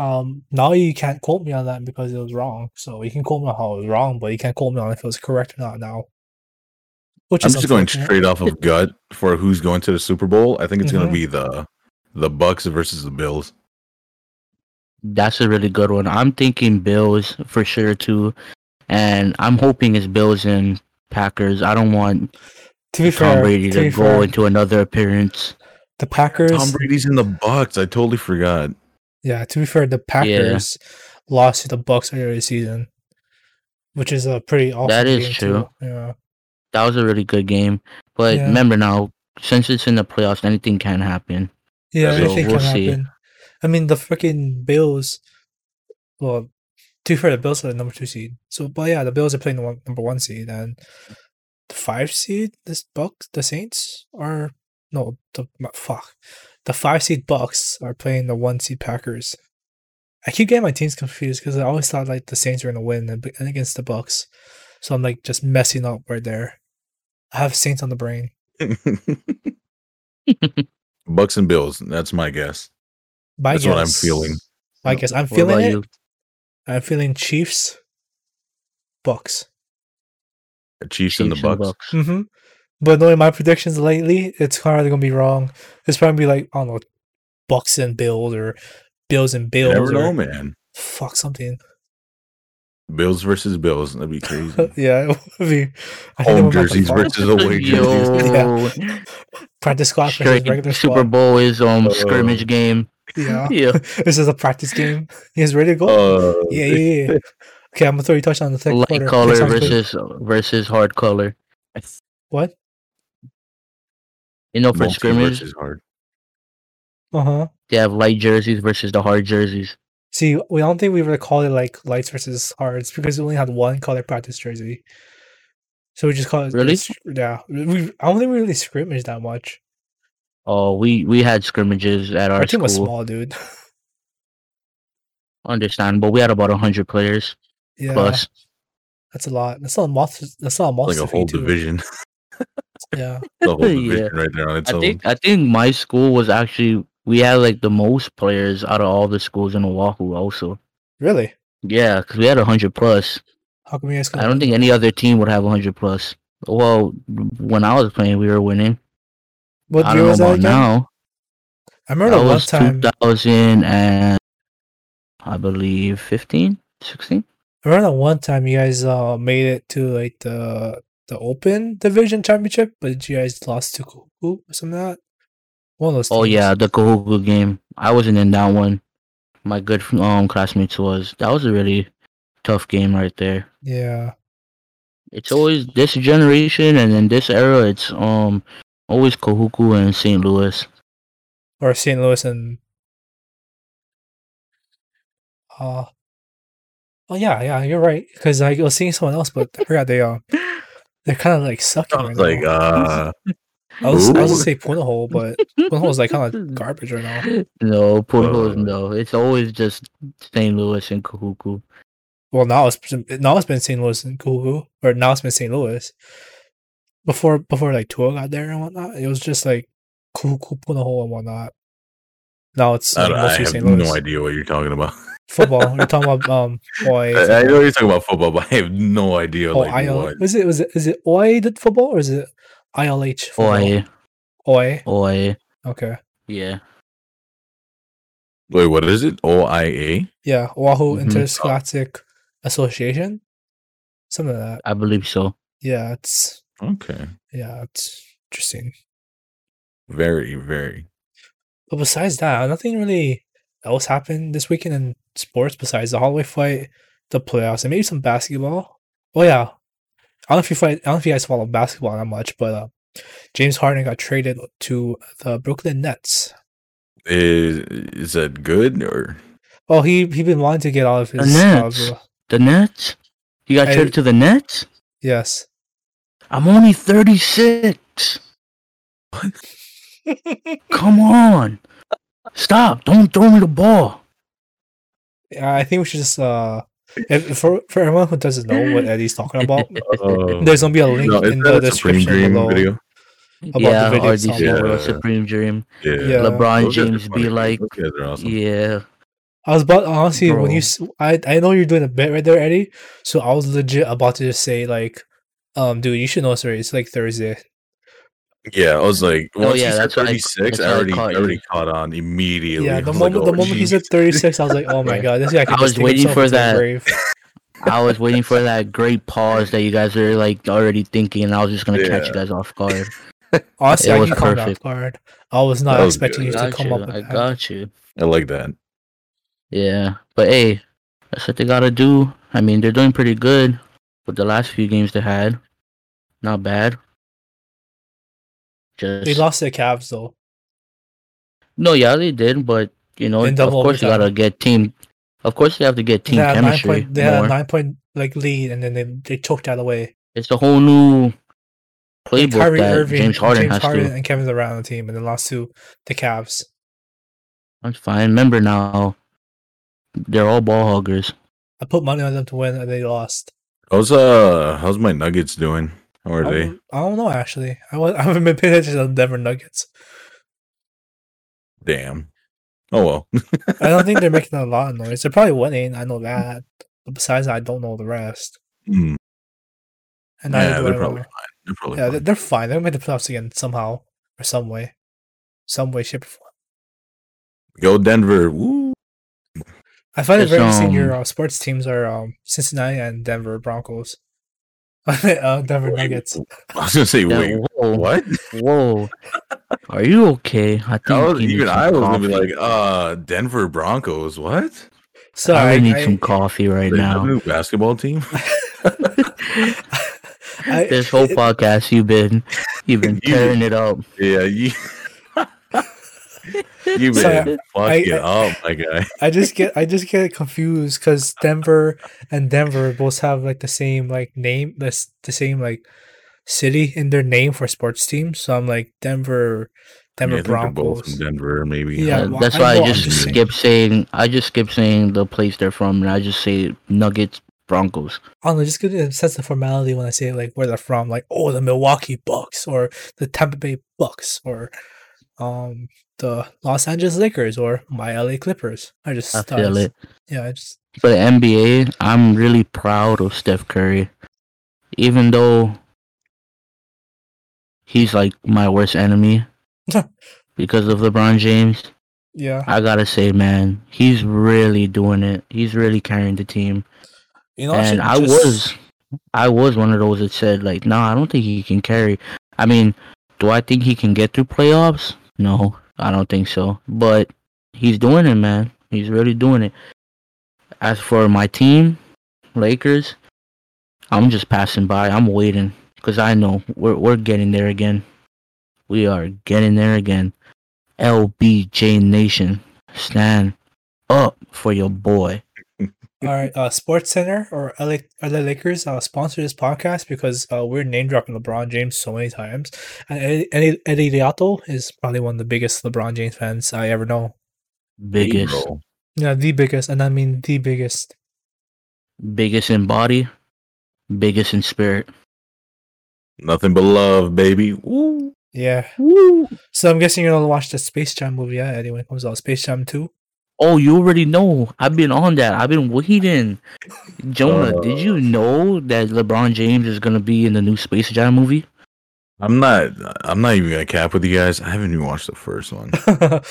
Speaker 2: um, now you can't quote me on that because it was wrong. So you can quote me on how it was wrong, but you can't quote me on if it was correct or not now. Which
Speaker 1: I'm
Speaker 2: is
Speaker 1: just going
Speaker 2: unfortunate.
Speaker 1: straight off of gut for who's going to the Super Bowl. I think it's
Speaker 2: Mhm.
Speaker 1: gonna be the the Bucks versus the Bills.
Speaker 3: That's a really good one. I'm thinking Bills for sure too, and I'm hoping it's Bills and Packers. I don't want
Speaker 2: To be
Speaker 3: Tom
Speaker 2: fair,
Speaker 3: Brady
Speaker 2: to
Speaker 3: to
Speaker 2: be
Speaker 3: go
Speaker 2: fair,
Speaker 3: into another appearance.
Speaker 2: the Packers.
Speaker 1: Tom Brady's in the Bucks. I totally forgot.
Speaker 2: Yeah, to be fair, the Packers lost to the Bucks earlier this season, which is a pretty awesome.
Speaker 3: That is
Speaker 2: game
Speaker 3: true.
Speaker 2: Too. Yeah.
Speaker 3: That was a really good game, but
Speaker 2: Yeah.
Speaker 3: remember now, since it's in the playoffs, anything can happen.
Speaker 2: Yeah,
Speaker 1: So
Speaker 2: anything
Speaker 3: we'll
Speaker 2: can
Speaker 3: see.
Speaker 2: happen. I mean, the freaking Bills. Well, to be fair, the Bills are the number two seed. So, but yeah, the Bills are playing the one, number one seed, and the five seed, this Bucks, the Saints are no, the not- fuck, the five seed Bucks are playing the one seed Packers. I keep getting my teams confused because I always thought like the Saints were gonna win and, and against the Bucks, so I'm like just messing up right there. I have Saints on the brain.
Speaker 1: Bucks and Bills. That's my guess.
Speaker 2: My
Speaker 1: That's
Speaker 2: guess,
Speaker 1: what I'm feeling.
Speaker 2: My guess, I'm
Speaker 3: What about
Speaker 2: feeling it.
Speaker 3: you?
Speaker 2: I'm feeling Chiefs, Bucks.
Speaker 1: Chiefs, and the
Speaker 3: Chiefs and
Speaker 1: Bucks.
Speaker 3: Bucks.
Speaker 2: Mm-hmm. But knowing my predictions lately, it's hardly gonna be wrong. It's probably like I don't know, Bucks and Bills or Bills and
Speaker 1: You
Speaker 2: Bills
Speaker 1: never
Speaker 2: or
Speaker 1: know, man.
Speaker 2: fuck something.
Speaker 1: Bills versus Bills. That'd be crazy.
Speaker 2: yeah, it would be. I think
Speaker 1: Home
Speaker 2: they would have to
Speaker 1: jerseys
Speaker 2: follow-
Speaker 1: versus away jerseys.
Speaker 3: Yo,
Speaker 2: practice squad versus
Speaker 3: straight
Speaker 2: regular
Speaker 3: Super
Speaker 2: squad.
Speaker 3: Bowl is um
Speaker 1: Uh,
Speaker 3: scrimmage game.
Speaker 2: Yeah,
Speaker 3: Yeah,
Speaker 2: this is a practice game. He's ready to go.
Speaker 1: Uh,
Speaker 2: yeah, yeah, yeah. Okay, I'm gonna throw you touchdown on the
Speaker 3: Oh,
Speaker 2: second
Speaker 3: light
Speaker 2: quarter.
Speaker 3: color
Speaker 2: Next time, please.
Speaker 3: versus versus hard color.
Speaker 2: what?
Speaker 3: You know, for
Speaker 1: multi
Speaker 3: scrimmage,
Speaker 1: versus hard.
Speaker 2: Uh huh.
Speaker 3: they have light jerseys versus the hard jerseys.
Speaker 2: See, we don't think we ever called it like lights versus hearts because we only had one color practice jersey. So we just call it
Speaker 3: Really?
Speaker 2: Yeah, we. I don't think we really scrimmaged that much.
Speaker 3: Oh, we we had scrimmages at our,
Speaker 2: Our team
Speaker 3: school.
Speaker 2: was small, dude.
Speaker 3: Understandable. We had about hundred players
Speaker 2: yeah,
Speaker 3: plus.
Speaker 2: that's a lot. That's not a month. That's not a month.
Speaker 1: Like a whole division.
Speaker 2: Yeah,
Speaker 1: The whole
Speaker 3: Yeah.
Speaker 1: division right there on its
Speaker 3: I
Speaker 1: own.
Speaker 3: think I think my school was actually we had like the most players out of all the schools in Oahu. Also,
Speaker 2: really.
Speaker 3: yeah, because we had hundred plus.
Speaker 2: How come you guys?
Speaker 3: I don't think any other team would have hundred plus. Well, when I was playing, we were winning.
Speaker 2: What
Speaker 3: I don't
Speaker 2: year
Speaker 3: know
Speaker 2: was that
Speaker 3: about
Speaker 2: again?
Speaker 3: now.
Speaker 2: I remember
Speaker 3: that
Speaker 2: one
Speaker 3: was
Speaker 2: time.
Speaker 3: 2000 and I believe 15, 16.
Speaker 2: I remember that one time you guys uh made it to like the the Open Division Championship, but you guys lost to Kuku or something like that. One of those.
Speaker 3: Oh
Speaker 2: teams.
Speaker 3: yeah, the Kahuku game. I wasn't in that one. My good f- um classmates was. That was a really tough game right there.
Speaker 2: yeah.
Speaker 3: It's always this generation and in this era. It's um always Kahuku and St. Louis.
Speaker 2: Or St. Louis and. Uh, oh yeah, yeah, you're right. Because I was seeing someone else, but I forgot they uh, they're kind of like sucking.
Speaker 1: I
Speaker 2: right
Speaker 1: was like,
Speaker 2: now.
Speaker 1: uh,
Speaker 2: I was, I was
Speaker 1: ooh.
Speaker 2: gonna say Punahou, but Punahoe's like kind of garbage right now.
Speaker 3: No, Puerto
Speaker 1: Uh.
Speaker 3: no. It's always just St. Louis and Kahuku.
Speaker 2: Well, now it's now it's been St. Louis and Kuhu, or now it's been St. Louis. Before before like Tua got there and whatnot, it was just like Kuhu, Punahou and whatnot. Now it's
Speaker 1: I,
Speaker 2: like,
Speaker 1: don't- I
Speaker 2: mostly
Speaker 1: have
Speaker 2: St. Louis
Speaker 1: no idea what you're talking about.
Speaker 2: football. You're talking about um Oi.
Speaker 1: I, I know you're talking about football, but I have no idea.
Speaker 2: Oh,
Speaker 1: like,
Speaker 2: IL.
Speaker 1: what.
Speaker 2: Is it was it is it Oi that football or is it ILH? Football?
Speaker 3: Oi,
Speaker 2: Oi.
Speaker 3: oi.
Speaker 2: Okay.
Speaker 3: Yeah.
Speaker 1: Wait, what is it? OIA?
Speaker 2: Yeah. Oahu
Speaker 3: Mhm.
Speaker 2: Interscholastic Association, something like that.
Speaker 3: I believe so.
Speaker 2: Yeah, it's
Speaker 1: Okay.
Speaker 2: yeah, it's interesting.
Speaker 1: Very, very.
Speaker 2: But besides that, nothing really else happened this weekend in sports besides the hallway fight, the playoffs, and maybe some basketball. Oh yeah, I don't know if you fight, I don't know if you guys follow basketball that much, but uh, James Harden got traded to the Brooklyn Nets.
Speaker 1: Is is that good or
Speaker 2: Well, he he been wanting to get out of
Speaker 3: The
Speaker 2: his job,
Speaker 3: Nets.
Speaker 2: uh,
Speaker 3: The Nets? You got
Speaker 2: I-
Speaker 3: traded to the Nets?
Speaker 2: yes.
Speaker 3: I'm only 36. Come on. Stop. Don't throw me the ball.
Speaker 2: Yeah, I think we should just uh, if, for for everyone who doesn't know what Eddie's talking about,
Speaker 1: Oh.
Speaker 2: there's gonna be a link
Speaker 1: No,
Speaker 2: in
Speaker 1: isn't
Speaker 2: the
Speaker 1: that a Supreme
Speaker 2: description
Speaker 1: Dream
Speaker 2: below.
Speaker 1: video?
Speaker 2: the
Speaker 3: yeah,
Speaker 2: video
Speaker 3: RDC
Speaker 1: somewhere.
Speaker 3: World
Speaker 1: Yeah.
Speaker 3: Supreme Dream.
Speaker 1: Yeah.
Speaker 2: Yeah.
Speaker 3: LeBron
Speaker 1: Those guys are
Speaker 3: James
Speaker 1: funny,
Speaker 3: be
Speaker 1: dude.
Speaker 3: like,
Speaker 1: Those guys are awesome.
Speaker 3: yeah.
Speaker 2: I was about honestly when
Speaker 3: Bro.
Speaker 2: you s- I I know you're doing a bit right there, Eddie. So I was legit about to just say like, um, dude, you should know sorry, it's like Thursday.
Speaker 1: Yeah, I was like,
Speaker 3: Oh,
Speaker 1: once he
Speaker 3: yeah,
Speaker 1: said
Speaker 3: that's what I-
Speaker 1: 36,
Speaker 3: that's
Speaker 1: I,
Speaker 3: what I
Speaker 1: already,
Speaker 3: caught
Speaker 1: I
Speaker 3: you.
Speaker 1: already caught on immediately.
Speaker 2: yeah,
Speaker 1: I
Speaker 2: the
Speaker 1: was like,
Speaker 2: moment
Speaker 1: oh,
Speaker 2: the moment he
Speaker 1: geez.
Speaker 2: said thirty six, I was like, oh my
Speaker 3: Yeah.
Speaker 2: god, this guy. Could
Speaker 3: I
Speaker 2: just
Speaker 3: was
Speaker 2: dig
Speaker 3: waiting
Speaker 2: himself
Speaker 3: for
Speaker 2: into the
Speaker 3: that.
Speaker 2: grave.
Speaker 3: I was waiting for that great pause that you guys were like already thinking, and I was just gonna catch
Speaker 1: Yeah.
Speaker 3: you guys off guard.
Speaker 2: Honestly,
Speaker 3: It
Speaker 2: I
Speaker 3: was
Speaker 2: can caught off
Speaker 3: perfect.
Speaker 2: guard. I was not
Speaker 1: That was
Speaker 2: expecting
Speaker 1: good.
Speaker 2: you to
Speaker 3: got
Speaker 2: come
Speaker 3: you.
Speaker 2: up with
Speaker 3: I
Speaker 2: that.
Speaker 3: got you.
Speaker 1: I like that.
Speaker 3: Yeah, but hey, that's what they gotta do. I mean, they're doing pretty good with the last few games they had. Not bad. Just
Speaker 2: They lost to the Cavs though.
Speaker 3: no, yeah, they did, but you know,
Speaker 2: In
Speaker 3: of
Speaker 2: double
Speaker 3: course you
Speaker 2: overtime.
Speaker 3: gotta get team. Of course you have to get team
Speaker 2: they had a nine
Speaker 3: chemistry
Speaker 2: point. They had a
Speaker 3: more.
Speaker 2: nine point like lead, and then they they took that away.
Speaker 3: It's a whole new
Speaker 2: Like,
Speaker 3: playbook
Speaker 2: Kyrie
Speaker 3: that
Speaker 2: Irving,
Speaker 3: James Harden has to.
Speaker 2: and Kevin Durant on the team, and then lost to the Cavs.
Speaker 3: That's fine. Remember now, they're all ball huggers.
Speaker 2: I put money on them to win, and they lost.
Speaker 1: How's uh, how's my Nuggets doing? How are
Speaker 2: I
Speaker 1: they?
Speaker 2: don't, I don't know actually. I, was, I haven't been paying attention to the Denver Nuggets.
Speaker 1: Damn. Oh well.
Speaker 2: I don't think they're making a lot of noise. They're probably winning. I know that. But besides, that, I don't know the rest.
Speaker 1: Hmm.
Speaker 2: And neither
Speaker 1: Yeah,
Speaker 2: do
Speaker 1: they're
Speaker 2: I
Speaker 1: probably
Speaker 2: know.
Speaker 1: fine. They're probably
Speaker 2: yeah,
Speaker 1: fine.
Speaker 2: they're, they're fine. They're gonna make the playoffs again somehow or some way, some way, shape, or form.
Speaker 1: Go Denver. Woo.
Speaker 2: I find it
Speaker 3: It's,
Speaker 2: very interesting.
Speaker 3: um,
Speaker 2: Your uh, sports teams are um, Cincinnati and Denver Broncos. uh, Denver
Speaker 1: Wait,
Speaker 2: Nuggets.
Speaker 1: I was gonna say,
Speaker 3: That-
Speaker 1: wait,
Speaker 3: whoa,
Speaker 1: what?
Speaker 3: Whoa, are you okay? I think
Speaker 1: I was,
Speaker 3: you need
Speaker 1: even
Speaker 3: some
Speaker 1: I was gonna be
Speaker 3: coffee.
Speaker 1: like, uh, Denver Broncos. What?
Speaker 2: So
Speaker 3: I
Speaker 2: I,
Speaker 3: really need
Speaker 2: I-
Speaker 3: some coffee right
Speaker 1: They have a
Speaker 3: now.
Speaker 1: new basketball team.
Speaker 2: I-
Speaker 3: this whole podcast, you've been you've been
Speaker 1: You-
Speaker 3: tearing it up.
Speaker 1: yeah, you. you
Speaker 2: So,
Speaker 1: been
Speaker 2: I-
Speaker 1: fucking up, my guy.
Speaker 2: I just get I just get confused because Denver and Denver both have like the same like name the s- the same like city in their name for sports teams. So I'm like Denver, Denver
Speaker 1: Yeah, I think they're both from
Speaker 2: Broncos.
Speaker 1: Denver, maybe.
Speaker 2: Yeah,
Speaker 3: Uh,
Speaker 2: well,
Speaker 3: that's
Speaker 2: I
Speaker 3: why I
Speaker 2: know, I'm
Speaker 3: just
Speaker 2: just saying.
Speaker 3: skip saying I just skip saying the place they're from, and I just say Nuggets Broncos.
Speaker 2: I don't know, just get a sense of formality when I say like where they're from, like oh the Milwaukee Bucks or the Tampa Bay Bucks or um the Los Angeles Lakers or my LA Clippers. I just
Speaker 3: I
Speaker 2: thought
Speaker 3: feel
Speaker 2: it's-
Speaker 3: it.
Speaker 2: Yeah, I just
Speaker 3: For the NBA, I'm really proud of Steph Curry, even though he's like my worst enemy because of LeBron James.
Speaker 2: yeah.
Speaker 3: I gotta say, man, he's really doing it. He's really carrying the team.
Speaker 2: You know,
Speaker 3: and
Speaker 2: should
Speaker 3: I
Speaker 2: just-
Speaker 3: was, I was one of those that said like, no, I don't think he can carry. I mean, do I think he can get through playoffs? No, I don't think so. But he's doing it, man. He's really doing it. As for my team, Lakers, I'm just passing by. I'm waiting because I know we're we're getting there again. We are getting there again. LBJ Nation, stand up for your boy.
Speaker 2: All right, uh, Sports Center or LA, LA Lakers uh, sponsor this podcast because uh, we're name dropping LeBron James so many times, and Eddie- Eddie, Eddie Liato is probably one of the biggest LeBron James fans I ever know.
Speaker 3: Biggest.
Speaker 1: Bro.
Speaker 2: Yeah, the biggest, and I mean the biggest.
Speaker 3: biggest in body, biggest in spirit.
Speaker 1: Nothing but love, baby. Woo.
Speaker 2: Yeah.
Speaker 3: Woo!
Speaker 2: So I'm guessing you're gonna watch the Space Jam movie, yeah? Eddie, when it comes out, Space Jam Two.
Speaker 3: Oh, you already know. I've been on that. I've been waiting. Jonah, did you know that LeBron James is gonna be in the new Space Jam movie?
Speaker 1: I'm not. I'm not even gonna cap with you guys. I haven't even watched the first one.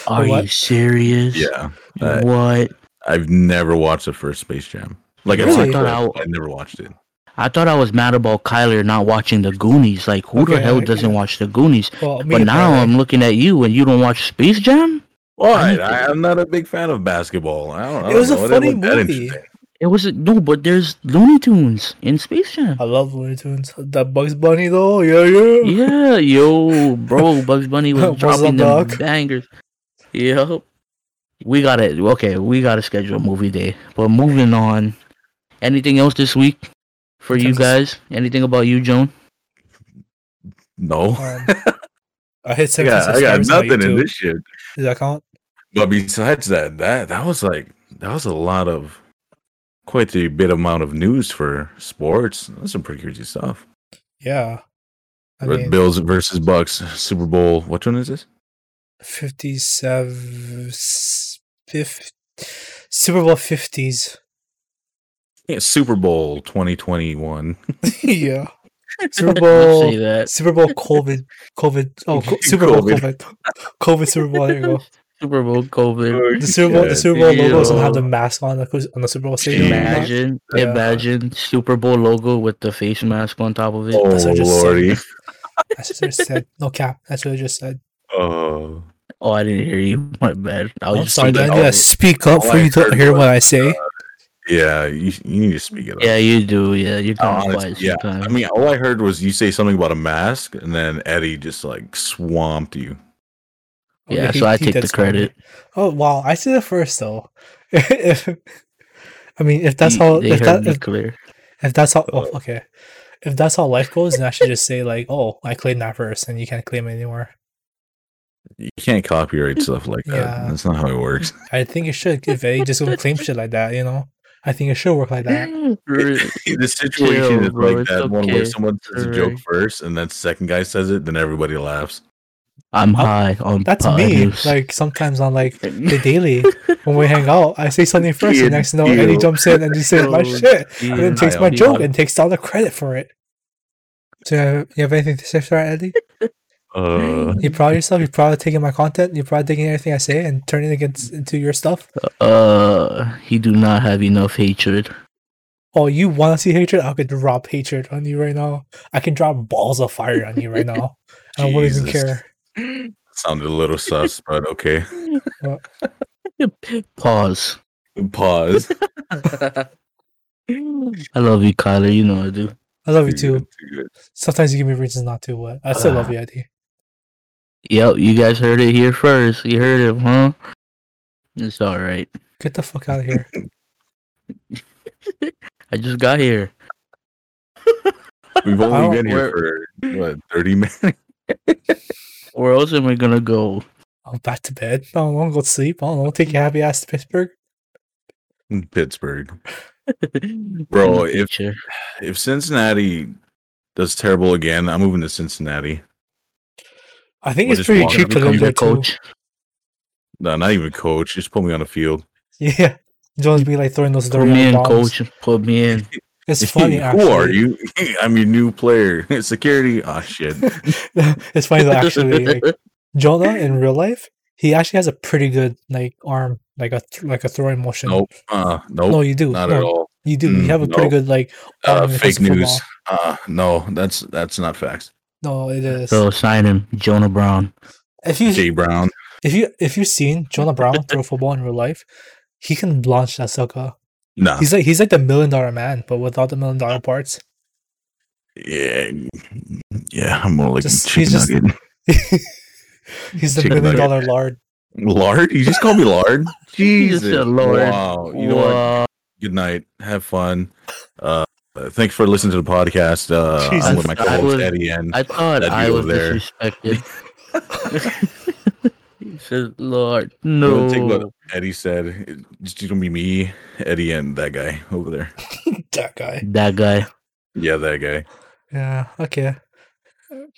Speaker 3: Are you serious?
Speaker 1: Yeah, Uh,
Speaker 3: what?
Speaker 1: I've never watched the first Space Jam. Like I,
Speaker 2: Really?
Speaker 1: talked about,
Speaker 3: Thought I-
Speaker 1: it, I never watched it.
Speaker 3: I thought I was mad about Kyler not watching the Goonies. Like, who the
Speaker 2: Okay,
Speaker 3: hell
Speaker 2: I-
Speaker 3: doesn't watch the Goonies?
Speaker 2: Well, me
Speaker 3: But
Speaker 2: and
Speaker 3: now
Speaker 2: Tyler-
Speaker 3: I'm looking at you, and you don't watch Space Jam.
Speaker 1: What? I, I'm not a big fan of basketball. I don't, I
Speaker 2: It
Speaker 1: don't
Speaker 2: was a
Speaker 1: know.
Speaker 2: funny
Speaker 1: wasn't Oh, that
Speaker 2: movie.
Speaker 1: interesting.
Speaker 3: It was no, but there's Looney Tunes in Space Jam.
Speaker 2: I love Looney Tunes. The Bugs Bunny though, yeah, yeah.
Speaker 3: Yeah, yo, bro, Bugs Bunny was
Speaker 2: What's up,
Speaker 3: dropping them
Speaker 2: Doc?
Speaker 3: bangers. Yep. We got it. Okay, we got to schedule a movie day. But moving on, anything else this week for you
Speaker 2: Sometimes-
Speaker 3: guys? Anything about you, Joan?
Speaker 1: No,
Speaker 2: Um, I hit
Speaker 1: I
Speaker 2: seven
Speaker 1: got, I got
Speaker 2: subscribers on
Speaker 1: nothing in
Speaker 2: YouTube.
Speaker 1: this shit.
Speaker 2: Does that count?
Speaker 1: But besides that, that that was like that was a lot of quite a bit amount of news for sports. That's some pretty crazy stuff.
Speaker 2: Yeah. I
Speaker 1: Red
Speaker 2: mean-
Speaker 1: Bills versus Bucks Super Bowl. Which one is this?
Speaker 2: 57 s- fif- Super Bowl 50s.
Speaker 1: Yeah, Super Bowl 2021.
Speaker 2: yeah.
Speaker 3: Don't say
Speaker 2: Super Bowl
Speaker 3: that.
Speaker 2: Super Bowl COVID COVID oh co- Super Bowl
Speaker 1: COVID.
Speaker 2: COVID. COVID Super Bowl there you go.
Speaker 3: Super Bowl COVID.
Speaker 1: Oh,
Speaker 2: The Super Bowl the Super Bowl logo doesn't have the
Speaker 3: Yo.
Speaker 2: mask on like, on the Super Bowl stadium. anymore.
Speaker 3: E Imagine,
Speaker 1: Yeah.
Speaker 3: imagine Super Bowl logo with the face mask on top of it.
Speaker 1: Oh
Speaker 2: That's what I just said.
Speaker 1: lordy!
Speaker 2: That's what I just said. No cap. That's what I just said.
Speaker 1: Oh,
Speaker 3: Oh, I didn't hear Oh, you. My bad. I was
Speaker 2: I'm
Speaker 3: just
Speaker 2: Oh, sorry,
Speaker 3: thinking
Speaker 2: Daniel.
Speaker 3: of
Speaker 2: Yeah,
Speaker 3: it.
Speaker 2: speak up
Speaker 1: All
Speaker 2: for
Speaker 1: I
Speaker 2: you to
Speaker 1: heard
Speaker 2: hear
Speaker 1: was,
Speaker 2: what I say.
Speaker 1: yeah. You, you need to speak it up.
Speaker 3: Yeah, you do. Yeah, you're
Speaker 1: Oh,
Speaker 3: kind of
Speaker 1: honestly,
Speaker 3: quiet
Speaker 1: yeah.
Speaker 3: sometimes.
Speaker 1: I mean, all I heard was you say something about a mask, and then Eddie just like swamped you.
Speaker 2: Oh,
Speaker 3: yeah,
Speaker 2: he-
Speaker 3: so I
Speaker 2: he
Speaker 3: take
Speaker 2: did
Speaker 3: the
Speaker 2: score.
Speaker 3: credit.
Speaker 2: Oh wow, I said it first though. I mean, if that's
Speaker 3: You-
Speaker 2: how
Speaker 3: they
Speaker 2: if
Speaker 3: heard
Speaker 2: that
Speaker 3: me
Speaker 2: if
Speaker 3: clear.
Speaker 2: If that's how, oh, okay. If that's how life goes, then I should just say like, "Oh, I claimed that first, and you can't claim it anymore."
Speaker 1: You can't copyright stuff like that.
Speaker 2: Yeah.
Speaker 1: That's not how it works.
Speaker 2: I think it should. If they just gonna claim shit like that, you know, I think it should work like that.
Speaker 3: Re-
Speaker 1: the situation
Speaker 3: Chill,
Speaker 1: is
Speaker 3: bro,
Speaker 1: like
Speaker 3: it's
Speaker 1: that one where
Speaker 3: okay.
Speaker 1: someone says a joke first and then second guy says it, then everybody laughs.
Speaker 3: I'm high on
Speaker 2: That's
Speaker 3: pot
Speaker 2: me.
Speaker 3: juice.
Speaker 2: Like sometimes on like the daily when we hang out, I say something first, and
Speaker 1: Ian,
Speaker 2: next thing you know, Eddie
Speaker 1: you.
Speaker 2: jumps in and he says my
Speaker 3: Yo,
Speaker 2: shit,
Speaker 3: Ian,
Speaker 2: and then takes
Speaker 1: I
Speaker 2: my
Speaker 1: am
Speaker 2: joke
Speaker 3: Ian.
Speaker 2: and takes all the credit for it. So you have, you have anything to say for that, Eddie?
Speaker 1: Uh,
Speaker 2: You proud of yourself? You're proud of taking my content? You're proud of taking everything I say and turning it against into your stuff?
Speaker 3: Uh, he do not have enough hatred.
Speaker 2: Oh, you want to see hatred? I could drop hatred on you right now. I can drop balls of fire on you right now. I wouldn't even
Speaker 1: Jesus.
Speaker 2: care.
Speaker 1: sounded a little sus, but okay.
Speaker 3: Pause.
Speaker 1: Pause.
Speaker 3: I love you, Kyler. You know I do.
Speaker 2: I love you too.
Speaker 1: Too good.
Speaker 2: Sometimes you give me reasons not to, but I still love you, Eddie.
Speaker 3: Yep, you guys heard it here first. You heard it, huh? It's all right.
Speaker 2: Get the fuck out of here.
Speaker 3: I just got here.
Speaker 1: We've
Speaker 2: I don't
Speaker 1: only been here for what thirty minutes.
Speaker 3: Where else am I gonna go?
Speaker 2: I'm back to bed. I don't know. Go to sleep. I don't know. Take your happy ass to Pittsburgh.
Speaker 1: in Pittsburgh. Bro, if-
Speaker 3: Picture.
Speaker 1: If Cincinnati does terrible again, I'm moving to Cincinnati.
Speaker 2: I think
Speaker 1: We'll
Speaker 2: it's
Speaker 1: just
Speaker 2: pretty
Speaker 1: walk
Speaker 2: cheap
Speaker 1: out
Speaker 2: to
Speaker 1: and
Speaker 2: live
Speaker 3: become
Speaker 2: there
Speaker 3: their
Speaker 2: too.
Speaker 3: coach.
Speaker 1: No, not even coach. Just put me on the field.
Speaker 2: Yeah. Jones be like throwing those
Speaker 3: Put me
Speaker 2: Dorian
Speaker 3: in,
Speaker 2: bombs.
Speaker 3: coach. Put me in.
Speaker 2: It's funny.
Speaker 1: Who are
Speaker 2: actually.
Speaker 1: you? I'm your new player. Security. Ah, shit.
Speaker 2: it's funny though. Actually, like, Jonah in real life, he actually has a pretty good like arm, like a th- like a throwing motion.
Speaker 1: Nope. Uh, nope.
Speaker 2: No, you do.
Speaker 1: not
Speaker 2: no,
Speaker 1: at all.
Speaker 2: You do. you
Speaker 1: Mm,
Speaker 2: have a pretty
Speaker 1: nope.
Speaker 2: good like.
Speaker 1: Uh,
Speaker 2: arm when it comes
Speaker 1: fake
Speaker 2: to football.
Speaker 1: news. Uh, no, that's that's not facts.
Speaker 2: No, it is.
Speaker 3: So sign him, Jonah Brown.
Speaker 2: if you
Speaker 1: Jay Brown.
Speaker 2: if you if you've seen Jonah Brown throw football in real life, he can launch that sucker.
Speaker 1: Nah.
Speaker 2: He's like he's like the million dollar man, but without the million dollar parts.
Speaker 1: Yeah. Yeah, I'm more like
Speaker 2: Just- he's
Speaker 1: chicken
Speaker 2: just-
Speaker 1: nugget.
Speaker 2: He's the
Speaker 1: Chicken
Speaker 2: million
Speaker 1: nugget.
Speaker 2: dollar lard.
Speaker 1: Lard? You just call me Lard?
Speaker 3: He just
Speaker 1: Jesus.
Speaker 3: said Lard.
Speaker 1: Wow. Oh, You know what?
Speaker 3: Wow.
Speaker 1: Good night. Have fun. Uh, uh, thanks for listening to the podcast. Uh,
Speaker 2: Jesus.
Speaker 1: I'm with my
Speaker 3: I
Speaker 1: co-host
Speaker 3: was-
Speaker 1: Eddie and
Speaker 3: I thought
Speaker 1: That'd be
Speaker 3: I was
Speaker 1: over there.
Speaker 3: disrespected. he says, Lord,
Speaker 1: You
Speaker 3: no.
Speaker 1: wanna take what Eddie said. It's just gonna be me, Eddie, and that guy over there.
Speaker 2: That guy.
Speaker 3: That guy.
Speaker 1: Yeah, that guy.
Speaker 2: Yeah. Okay.
Speaker 1: Mm.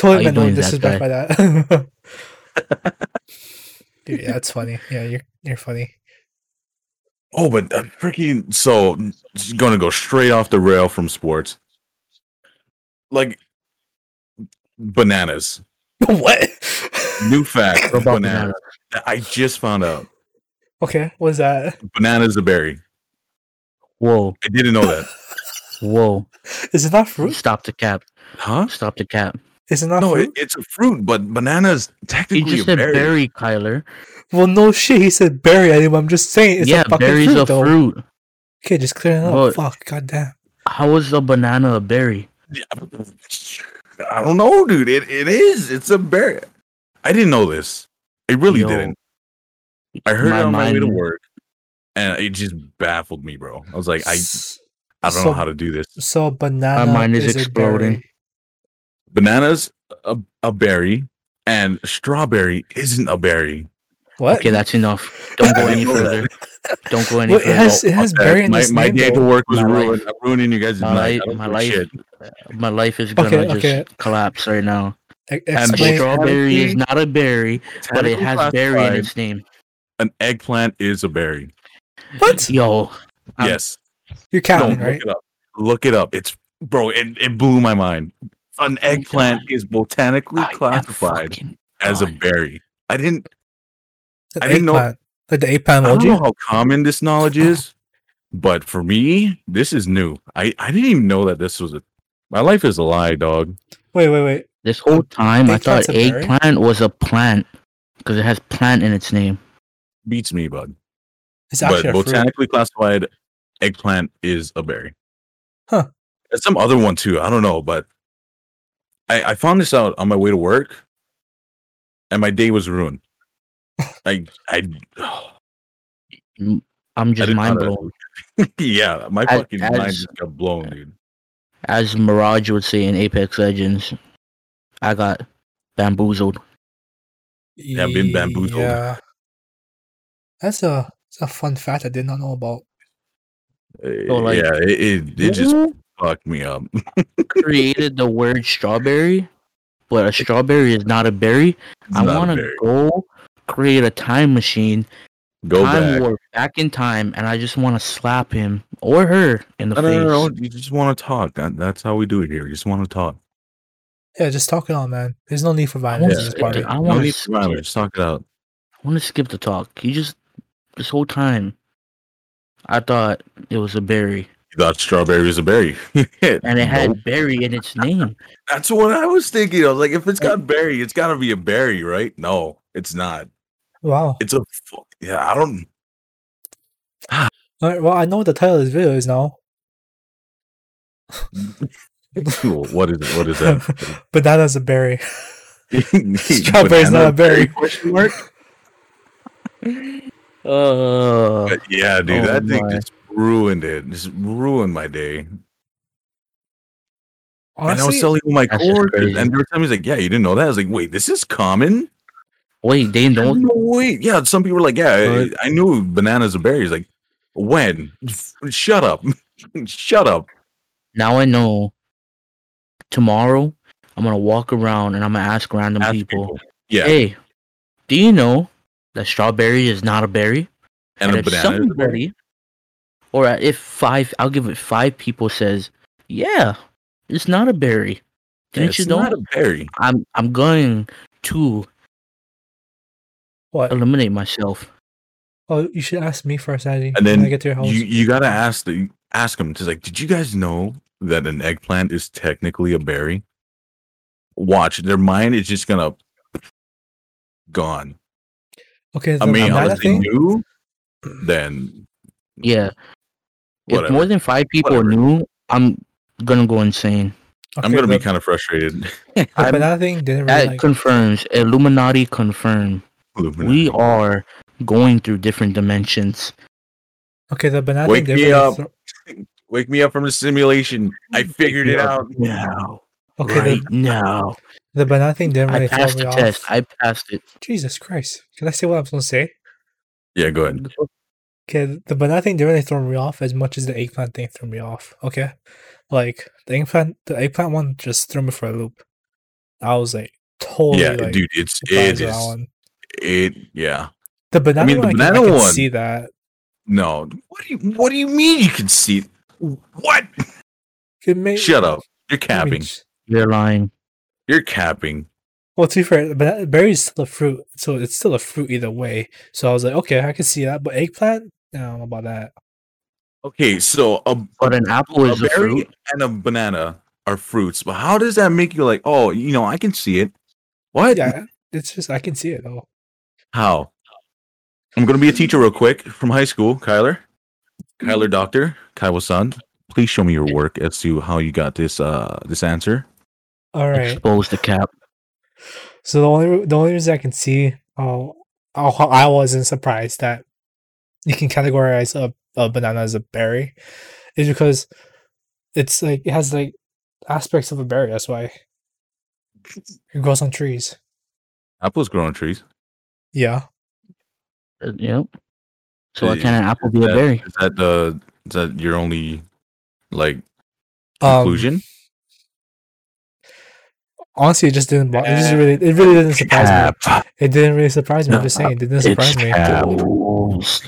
Speaker 3: How
Speaker 2: Totally
Speaker 3: you
Speaker 2: meant no
Speaker 3: doing, that
Speaker 2: disrespect by that. Dude, yeah, that's funny. Yeah, you're you're funny.
Speaker 1: Oh, but uh, freaking so just gonna go straight off the rail from sports. Like bananas.
Speaker 2: what?
Speaker 1: New fact
Speaker 3: What
Speaker 1: from
Speaker 3: about
Speaker 1: bananas. I just found out
Speaker 2: okay, what is that?
Speaker 1: bananas a berry.
Speaker 3: Whoa,
Speaker 1: I didn't know that.
Speaker 3: whoa.
Speaker 2: Is it not fruit?
Speaker 3: Stop the cap.
Speaker 1: Huh?
Speaker 3: Stop the cap.
Speaker 2: Is it not
Speaker 1: No,
Speaker 2: fruit?
Speaker 1: it, it's a fruit, but bananas
Speaker 3: He
Speaker 1: technically
Speaker 3: just
Speaker 1: a
Speaker 3: said
Speaker 1: berry.
Speaker 3: berry, Kyler.
Speaker 2: Well, no shit. He said berry. I mean, I'm just saying it's
Speaker 3: yeah,
Speaker 2: a fucking
Speaker 3: berry's
Speaker 2: fruit,
Speaker 3: a
Speaker 2: though.
Speaker 3: fruit.
Speaker 2: Okay, just clear it up.
Speaker 3: But-
Speaker 2: Fuck, goddamn.
Speaker 3: How is a banana a berry?
Speaker 1: Yeah. I don't know, dude. It it is. It's a berry. I didn't know this. I really
Speaker 3: Yo,
Speaker 1: didn't. I heard
Speaker 3: my
Speaker 1: it on my way to
Speaker 3: mind-
Speaker 1: work, and it just baffled me, bro. I was like, I
Speaker 2: S-
Speaker 1: I don't
Speaker 2: so-
Speaker 1: know how to do this.
Speaker 2: So banana.
Speaker 3: mind is
Speaker 2: a
Speaker 3: exploding.
Speaker 2: berry.
Speaker 1: Bananas a, a berry, and strawberry isn't a berry.
Speaker 2: What?
Speaker 3: Okay, that's enough. Don't go
Speaker 1: I
Speaker 3: any
Speaker 1: didn't know
Speaker 3: further. Don't go any
Speaker 2: Well, it
Speaker 3: further.
Speaker 2: has it
Speaker 1: Fuck
Speaker 2: has
Speaker 1: that.
Speaker 2: berry in
Speaker 1: my
Speaker 2: this
Speaker 1: my
Speaker 2: name.
Speaker 1: day
Speaker 2: though.
Speaker 1: to work was
Speaker 3: My life.
Speaker 1: ruined. I'm ruining you guys'
Speaker 3: my
Speaker 1: night.
Speaker 3: life,
Speaker 1: I don't
Speaker 3: my
Speaker 1: do
Speaker 3: life,
Speaker 1: shit.
Speaker 3: my life is gonna
Speaker 2: Okay,
Speaker 3: just
Speaker 2: okay.
Speaker 3: collapse right now.
Speaker 2: E-
Speaker 1: And
Speaker 3: A
Speaker 2: Explain.
Speaker 3: strawberry is not a berry, but it
Speaker 1: Technically
Speaker 3: has berry in
Speaker 1: classified,
Speaker 3: its name.
Speaker 1: An eggplant is a berry.
Speaker 2: What?
Speaker 3: Yo, I'm-
Speaker 1: yes.
Speaker 2: You're
Speaker 1: No,
Speaker 2: counting,
Speaker 1: look
Speaker 2: right?
Speaker 1: it up. Look it up. It's bro. It, it blew my mind. An eggplant is botanically
Speaker 3: I am
Speaker 1: classified
Speaker 3: fucking
Speaker 1: as a
Speaker 3: done.
Speaker 1: berry. I didn't.
Speaker 2: An
Speaker 1: I didn't know-
Speaker 2: eggplant. Like the eight pound
Speaker 1: I don't know
Speaker 2: emoji.
Speaker 1: how common this knowledge is, but for me, this is new. I I didn't even know that this was a. My life is a lie, dog.
Speaker 2: Wait, wait, wait.
Speaker 3: This whole time, I
Speaker 2: Eggplant's
Speaker 3: thought
Speaker 2: a berry?
Speaker 3: eggplant was a plant because it has plant in its name.
Speaker 1: Beats me, bud.
Speaker 2: It's
Speaker 1: But
Speaker 2: actually a fruit.
Speaker 1: botanically classified, eggplant is a berry.
Speaker 2: Huh.
Speaker 1: There's some other one too. I don't know, but I I found this out on my way to work, and my day was ruined. I I.
Speaker 3: I'm
Speaker 1: I
Speaker 3: just
Speaker 1: didn't know
Speaker 3: mind
Speaker 1: that.
Speaker 3: blown.
Speaker 1: yeah, my
Speaker 3: I-
Speaker 1: fucking
Speaker 3: I
Speaker 1: mind
Speaker 3: just-
Speaker 1: just got blown, dude.
Speaker 3: As Mirage would say in Apex Legends, I got bamboozled.
Speaker 1: Yeah, I've been bamboozled.
Speaker 2: Yeah. That's a that's a fun fact I did not know about.
Speaker 3: So, like-
Speaker 1: Eh, yeah, it it, it just
Speaker 3: Who
Speaker 1: fucked me up.
Speaker 3: created the word strawberry, but a strawberry is not a berry. I
Speaker 1: Not
Speaker 3: want to
Speaker 1: very.
Speaker 3: go create a time machine,
Speaker 1: go
Speaker 3: time
Speaker 1: back.
Speaker 3: warp back in time, and I just want to slap him or her in the
Speaker 1: No,
Speaker 3: face.
Speaker 1: no, no, no, You just want to talk. That, that's how we do it here. You just want to talk.
Speaker 2: Yeah, just talk it out, man. There's no need for violence in
Speaker 1: Yeah,
Speaker 2: this party.
Speaker 3: I
Speaker 1: No
Speaker 3: want
Speaker 1: need
Speaker 3: to
Speaker 1: for violence, just talk it out.
Speaker 3: I want to skip the talk. He just this whole time, I thought it was a berry,
Speaker 1: You thought strawberry was a berry.
Speaker 3: and it had berry in its name.
Speaker 1: That's what I was thinking. I was like, if it's got berry, it's got to be a berry, right? No, it's not.
Speaker 2: Wow.
Speaker 1: It's a fu- yeah. I don't.
Speaker 2: All right, well, I know what the title of this video is now.
Speaker 1: what is it? What is that?
Speaker 2: Banana's a berry.
Speaker 1: Banana
Speaker 2: Strawberry's not a berry.
Speaker 1: Question mark?
Speaker 3: Uh,
Speaker 1: But yeah, dude,
Speaker 3: Oh
Speaker 1: that thing
Speaker 3: my.
Speaker 1: just ruined it. Just ruined my day. and I was
Speaker 2: Honestly,
Speaker 1: telling my
Speaker 3: That's just
Speaker 1: coworkers,
Speaker 3: crazy.
Speaker 1: and they were telling me, like, yeah, you didn't know that. I was like, wait, this is common?
Speaker 3: wait, they
Speaker 1: No,
Speaker 3: don't.
Speaker 1: wait. Yeah, some people were like, yeah,
Speaker 3: What?
Speaker 1: I, I knew bananas are berries. Like, when? Shut up. Shut up.
Speaker 3: Now I know. Tomorrow, I'm gonna walk around and I'm gonna ask random
Speaker 1: Ask
Speaker 3: people,
Speaker 1: people. Yeah,
Speaker 3: "Hey, do you know that strawberry is not a berry?"
Speaker 1: and, a
Speaker 3: if
Speaker 1: banana. is a berry.
Speaker 3: somebody, or if five, I'll give it five people says, "Yeah, it's not a berry." Didn't
Speaker 1: it's
Speaker 3: you know?
Speaker 1: not a berry.
Speaker 3: I'm I'm going to
Speaker 2: what?
Speaker 3: eliminate myself.
Speaker 2: Oh, you should ask me first, Andy.
Speaker 1: And then
Speaker 2: when I get to your house.
Speaker 1: You you gotta ask the ask them. Just like, did you guys know that an eggplant is technically a berry? Watch their mind is just gonna gone.
Speaker 2: okay, the
Speaker 1: I mean,
Speaker 2: banana
Speaker 1: unless they
Speaker 2: thing.
Speaker 1: knew, then
Speaker 3: Yeah. If
Speaker 1: Whatever.
Speaker 3: more than five people
Speaker 1: Whatever.
Speaker 3: knew, I'm gonna go insane.
Speaker 1: I'm
Speaker 2: Okay,
Speaker 1: gonna be
Speaker 2: the-
Speaker 1: kind of frustrated.
Speaker 2: the
Speaker 3: I'm-
Speaker 2: banana thing didn't really
Speaker 3: that
Speaker 2: like.
Speaker 3: confirms Illuminati confirm. We are going through different dimensions.
Speaker 2: Okay, the banana
Speaker 1: Wake
Speaker 2: thing
Speaker 1: me
Speaker 2: didn't really
Speaker 1: up.
Speaker 2: thro-
Speaker 1: Wake me up from the simulation. I figured it out.
Speaker 3: now.
Speaker 2: Okay,
Speaker 3: right
Speaker 2: the,
Speaker 3: now.
Speaker 2: the banana thing didn't
Speaker 3: I
Speaker 2: really throw
Speaker 3: passed
Speaker 2: me
Speaker 3: the
Speaker 2: off.
Speaker 3: test. I passed it.
Speaker 2: Jesus Christ! Can I say what I'm supposed to say?
Speaker 1: Yeah, go ahead.
Speaker 2: Okay, th- the banana thing didn't really throw me off as much as the eggplant thing threw me off. Okay, like the eggplant, the eggplant one just threw me for a loop. I was like totally
Speaker 1: yeah,
Speaker 2: like
Speaker 1: dude, it's it
Speaker 2: surprised with that
Speaker 1: is
Speaker 2: one.
Speaker 1: it. Yeah,
Speaker 2: The banana
Speaker 1: mean, the
Speaker 2: one, I can- I
Speaker 1: banana
Speaker 2: can
Speaker 1: one-
Speaker 2: see that.
Speaker 1: no. What do you What do you mean you can see? What?
Speaker 2: It may,
Speaker 1: Shut up. You're
Speaker 2: I mean,
Speaker 1: capping.
Speaker 2: sh-
Speaker 3: You're lying.
Speaker 1: You're capping.
Speaker 2: Well, to be fair, but berry is still a fruit, so it's still a fruit either way. So I was like, okay, I can see that, but eggplant, no, I don't know about that.
Speaker 1: Okay, so a,
Speaker 3: But an apple
Speaker 1: a
Speaker 3: is a,
Speaker 1: berry
Speaker 3: fruit.
Speaker 1: and a banana are fruits, but how does that make you like, oh, you know, I can see it? What?
Speaker 2: Yeah, it's just I can see it though.
Speaker 1: How? I'm gonna be
Speaker 2: Mm.
Speaker 1: a teacher real quick from high school, Kyler. Kyler Doctor, Kaiwa san. Please show me your work as to how you got this uh this answer.
Speaker 2: All right.
Speaker 3: Expose the cap.
Speaker 2: So the only re- the only reason I can see how how, how I wasn't surprised that you can categorize a, a banana as a berry is because it's like it has like aspects of a berry. That's why it grows on trees.
Speaker 1: Apples grow on trees.
Speaker 2: Yeah,
Speaker 3: Uh, Yep. So why
Speaker 1: Hey,
Speaker 3: can an apple be a
Speaker 1: that-
Speaker 3: berry?
Speaker 1: Is that uh is that your only like
Speaker 2: Um,
Speaker 1: conclusion?
Speaker 2: honestly, it just didn't. bo- It just really it really didn't surprise me.
Speaker 1: Cap. uh,
Speaker 2: It didn't really surprise me. I'm just saying, it didn't surprise me.
Speaker 3: cows.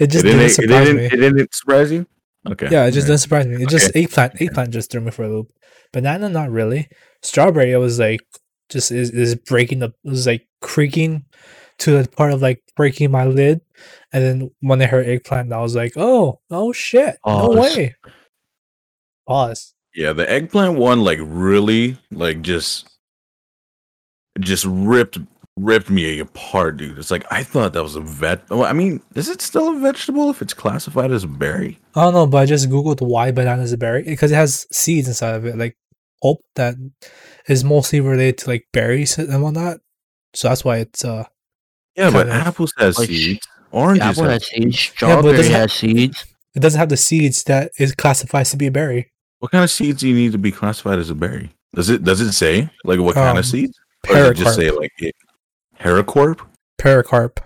Speaker 2: It just
Speaker 1: it,
Speaker 2: didn't,
Speaker 1: didn't, it,
Speaker 2: surprise
Speaker 1: didn't,
Speaker 2: me.
Speaker 1: it didn't surprise you? Okay.
Speaker 2: yeah, it just
Speaker 1: all
Speaker 2: didn't surprise me. It just eggplant, eggplant just threw me for a loop. Banana, not really. Strawberry, I was like, just is is breaking the, it was like creaking to the part of like breaking my lid, and then when I heard eggplant, I was like, oh, oh shit, no
Speaker 3: Pause.
Speaker 2: way. Pause.
Speaker 1: Yeah, the eggplant one like really like just just ripped ripped me apart, dude. It's like I thought that was a vet. Well, I mean, is it still a vegetable if it's classified as a berry?
Speaker 2: I don't know, but I just googled why banana is a berry because it has seeds inside of it, like pulp that is mostly related to like berries and whatnot. So that's why it's uh
Speaker 1: Yeah, but
Speaker 2: Kind of.
Speaker 1: apples has
Speaker 3: Like,
Speaker 1: seeds, oranges
Speaker 3: Apple
Speaker 1: has.
Speaker 3: has seeds.
Speaker 2: Yeah, but
Speaker 3: Strawberry
Speaker 2: it doesn't have-
Speaker 3: has seeds.
Speaker 2: it doesn't have the seeds that is classified to be a berry.
Speaker 1: What kind of seeds do you need to be classified as a berry? Does it does it say like what kind
Speaker 2: Um,
Speaker 1: of seeds? Or does it just
Speaker 2: Paracarp.
Speaker 1: say like it, hericorp,
Speaker 2: Paracarp.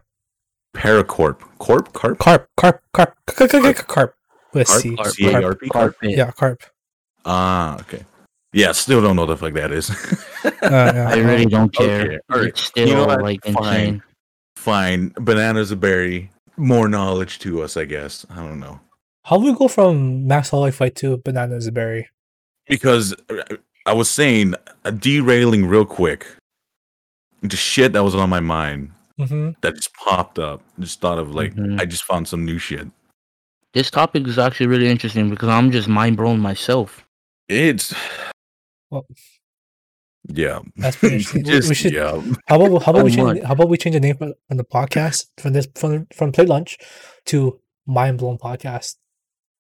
Speaker 1: paracorp, corp, carp,
Speaker 2: Carp. Carp. Carp. Carp. Carp. carp. With
Speaker 1: Carp,
Speaker 2: C.
Speaker 1: carp,
Speaker 2: Carp.
Speaker 1: carp.
Speaker 3: Carpet.
Speaker 2: Yeah, carp.
Speaker 1: Ah, okay. Yeah, still don't know what the fuck that is.
Speaker 2: Uh, yeah.
Speaker 3: I really don't
Speaker 1: Okay,
Speaker 3: care.
Speaker 1: alright.
Speaker 3: It's still
Speaker 1: You know what?
Speaker 3: like
Speaker 1: Fine.
Speaker 3: insane.
Speaker 1: fine bananas a berry more knowledge to us i guess i don't know
Speaker 2: How we go from Max Holiday Fight to Banana is a Berry?
Speaker 1: because uh, I was saying uh, derailing real quick. The shit that was on my mind
Speaker 2: Mm-hmm.
Speaker 1: that just popped up. Just thought of like
Speaker 3: Mhm.
Speaker 1: I just found some new shit.
Speaker 3: This topic is actually really interesting because I'm just mind blown myself.
Speaker 1: It's
Speaker 2: Well-
Speaker 1: yeah,
Speaker 2: That's pretty interesting. We-
Speaker 1: just
Speaker 2: we should.
Speaker 1: yeah.
Speaker 2: How about how about
Speaker 3: Oh
Speaker 2: we change,
Speaker 3: my.
Speaker 2: how about we change the name from from the podcast from this from from Play Lunch to Mind Blown Podcast?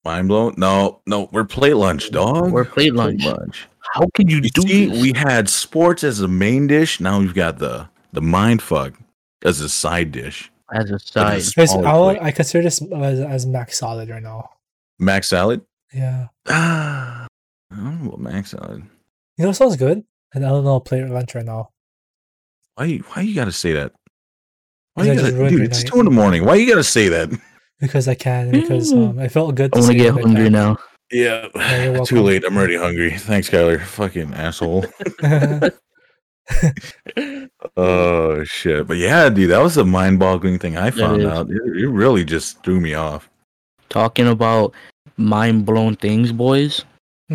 Speaker 1: Mind blown? No, no, we're plate lunch, dog.
Speaker 3: We're plate lunch.
Speaker 1: lunch.
Speaker 3: How could you,
Speaker 1: You
Speaker 3: do
Speaker 1: see,
Speaker 3: this?
Speaker 1: we had sports as a main dish. Now we've got the the mind fuck as a side dish.
Speaker 3: as a
Speaker 1: But
Speaker 3: side?
Speaker 1: it's
Speaker 2: It's-
Speaker 1: smaller
Speaker 2: I, want-
Speaker 1: plate.
Speaker 2: I consider this as, as max solid right now.
Speaker 1: Mac salad.
Speaker 2: Yeah,
Speaker 1: Ah, I don't know about mac salad.
Speaker 2: you know what sounds good. And I don't know, play lunch right now.
Speaker 1: Why? you- Why you gotta say that? Why
Speaker 2: 'Cause I
Speaker 1: you
Speaker 2: just
Speaker 1: gotta,
Speaker 2: ruined
Speaker 1: dude?
Speaker 2: your
Speaker 1: It's
Speaker 2: night.
Speaker 1: two in the morning. Why you gotta say that?
Speaker 2: because I can and because
Speaker 1: Hmm.
Speaker 2: um, I felt good.
Speaker 3: I want to
Speaker 2: say
Speaker 3: get
Speaker 2: it right
Speaker 3: hungry now.
Speaker 1: Yeah,
Speaker 2: Yeah, you're
Speaker 1: too
Speaker 2: welcome.
Speaker 1: late. I'm already hungry. Thanks, Kyler. Fucking asshole.
Speaker 2: now.
Speaker 1: Oh shit! But yeah, dude, that was a mind-boggling thing I found
Speaker 3: is.
Speaker 1: out. It, it really just threw me off.
Speaker 3: Talking about mind blown things, boys.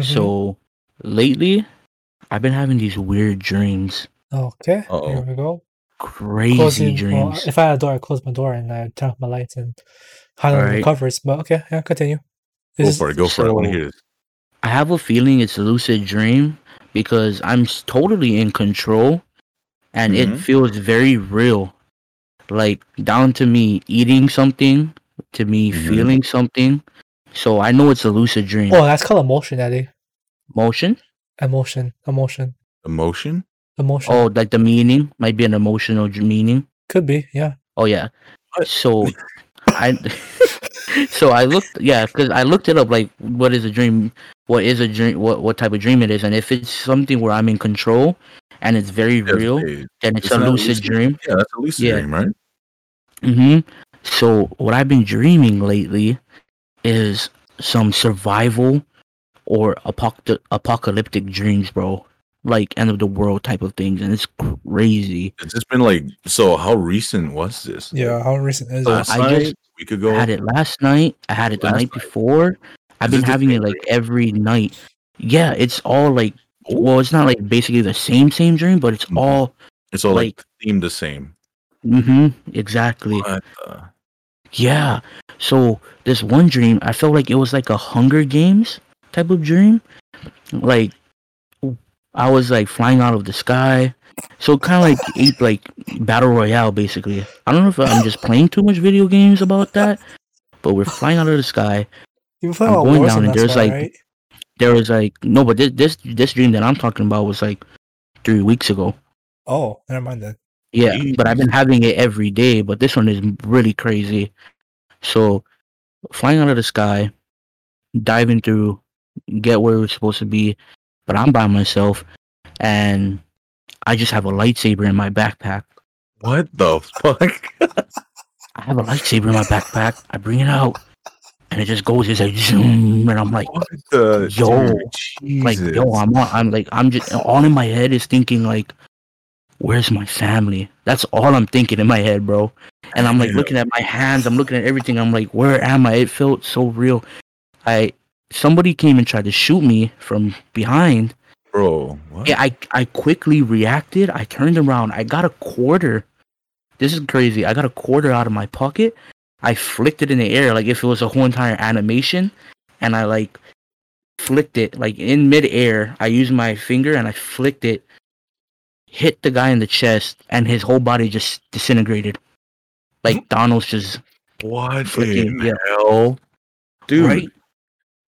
Speaker 3: So
Speaker 2: Mm-hmm.
Speaker 3: lately, I've been having these weird dreams,
Speaker 2: Mhm. okay,
Speaker 1: Uh-oh.
Speaker 2: here we go.
Speaker 3: crazy
Speaker 2: Closing, well,
Speaker 3: dreams.
Speaker 2: if oh, I had a door, I close my door and I turn off my lights and hide under the
Speaker 3: Alright.
Speaker 2: covers. But okay, yeah, continue.
Speaker 1: Go
Speaker 2: This is-
Speaker 1: for it. Go for it. I want to
Speaker 3: so-
Speaker 1: hear this.
Speaker 3: I have a feeling it's a lucid dream because I'm s- totally in control and
Speaker 1: Mhm.
Speaker 2: Mm-hmm.
Speaker 3: it feels very real. Like down to me eating something, to me
Speaker 1: Mhm.
Speaker 3: feeling something. So I know it's a lucid dream.
Speaker 2: Mm-hmm. Oh, that's called emotion, Eddie.
Speaker 3: Motion?
Speaker 2: Emotion, emotion,
Speaker 1: Emotion.
Speaker 2: emotion.
Speaker 3: Oh, like the meaning might be an emotional dr- meaning.
Speaker 2: Could be, yeah.
Speaker 3: Oh yeah.
Speaker 1: What?
Speaker 3: So I so I looked yeah, cuz I looked it up like what is a dream? What is a dream? What what type of dream it is? And if it's something where I'm in control and it's very
Speaker 1: Yes,
Speaker 3: real,
Speaker 1: it-
Speaker 3: then it's,
Speaker 1: It's
Speaker 3: a
Speaker 1: not
Speaker 3: lucid,
Speaker 1: lucid.
Speaker 3: dream.
Speaker 1: Yeah, that's a lucid
Speaker 3: Yeah.
Speaker 1: dream, right?
Speaker 3: Mhm. So what I've been dreaming lately is some survival or apoc- apocalyptic dreams, bro. Like end of the world type of things, and it's crazy.
Speaker 1: It's just been like so. How recent was this?
Speaker 2: Yeah, how recent is
Speaker 1: Last
Speaker 2: it?
Speaker 3: I
Speaker 1: night,
Speaker 3: just-
Speaker 1: a week ago.
Speaker 3: I had it last night. I had it the
Speaker 1: Last night.
Speaker 3: night before. I've
Speaker 1: Is
Speaker 3: been
Speaker 1: it the
Speaker 3: having
Speaker 1: same
Speaker 3: it like every night. Yeah, it's all like
Speaker 1: Oh.
Speaker 3: well, it's not like basically the same same dream, but it's
Speaker 1: Mhm.
Speaker 3: all
Speaker 1: It's all like, themed the same.
Speaker 3: mhm exactly.
Speaker 1: What the-
Speaker 3: Yeah. So this one dream, I felt like it was like a Hunger Games type of dream. Like I was like flying out of the sky. So kind of like it, like battle royale basically. I don't know if I'm just playing too much video games about that, but we're flying out of the sky.
Speaker 2: You play
Speaker 3: I'm
Speaker 2: all
Speaker 3: going
Speaker 2: wars
Speaker 3: down
Speaker 2: and
Speaker 3: and
Speaker 2: that's
Speaker 3: there's,
Speaker 2: why,
Speaker 3: like,
Speaker 2: right?
Speaker 3: There was like no, but this this this dream that I'm talking about was like three weeks ago.
Speaker 2: Oh, never mind then.
Speaker 3: Yeah, but I've been having it every day, but this one is really crazy. So, flying out of the sky, diving through, get where we're supposed to be, but I'm by myself, and I just have a lightsaber in my backpack.
Speaker 1: What the fuck?
Speaker 3: I have a lightsaber in my backpack. I bring it out, and it just goes, it's like zoom, and I'm like,
Speaker 1: What the
Speaker 3: Yo,
Speaker 1: dude,
Speaker 3: like
Speaker 1: Jesus.
Speaker 3: yo, I'm on, I'm like, I'm just all in my head is thinking like, where's my family? That's all I'm thinking in my head, bro. And I'm like
Speaker 1: Yeah.
Speaker 3: looking at my hands, I'm looking at everything. I'm like, where am I? It felt so real. I somebody came and tried to shoot me from behind.
Speaker 1: bro. What?
Speaker 3: Yeah, I I quickly reacted. I turned around. I got a quarter. This is crazy. I got a quarter out of my pocket. I flicked it in the air like if it was a whole entire animation, and I like flicked it like in midair. I used my finger and I flicked it, hit the guy in the chest, and his whole body just disintegrated. Like Donald's just
Speaker 1: What in
Speaker 3: freaking yeah,
Speaker 1: hell, dude?
Speaker 3: right?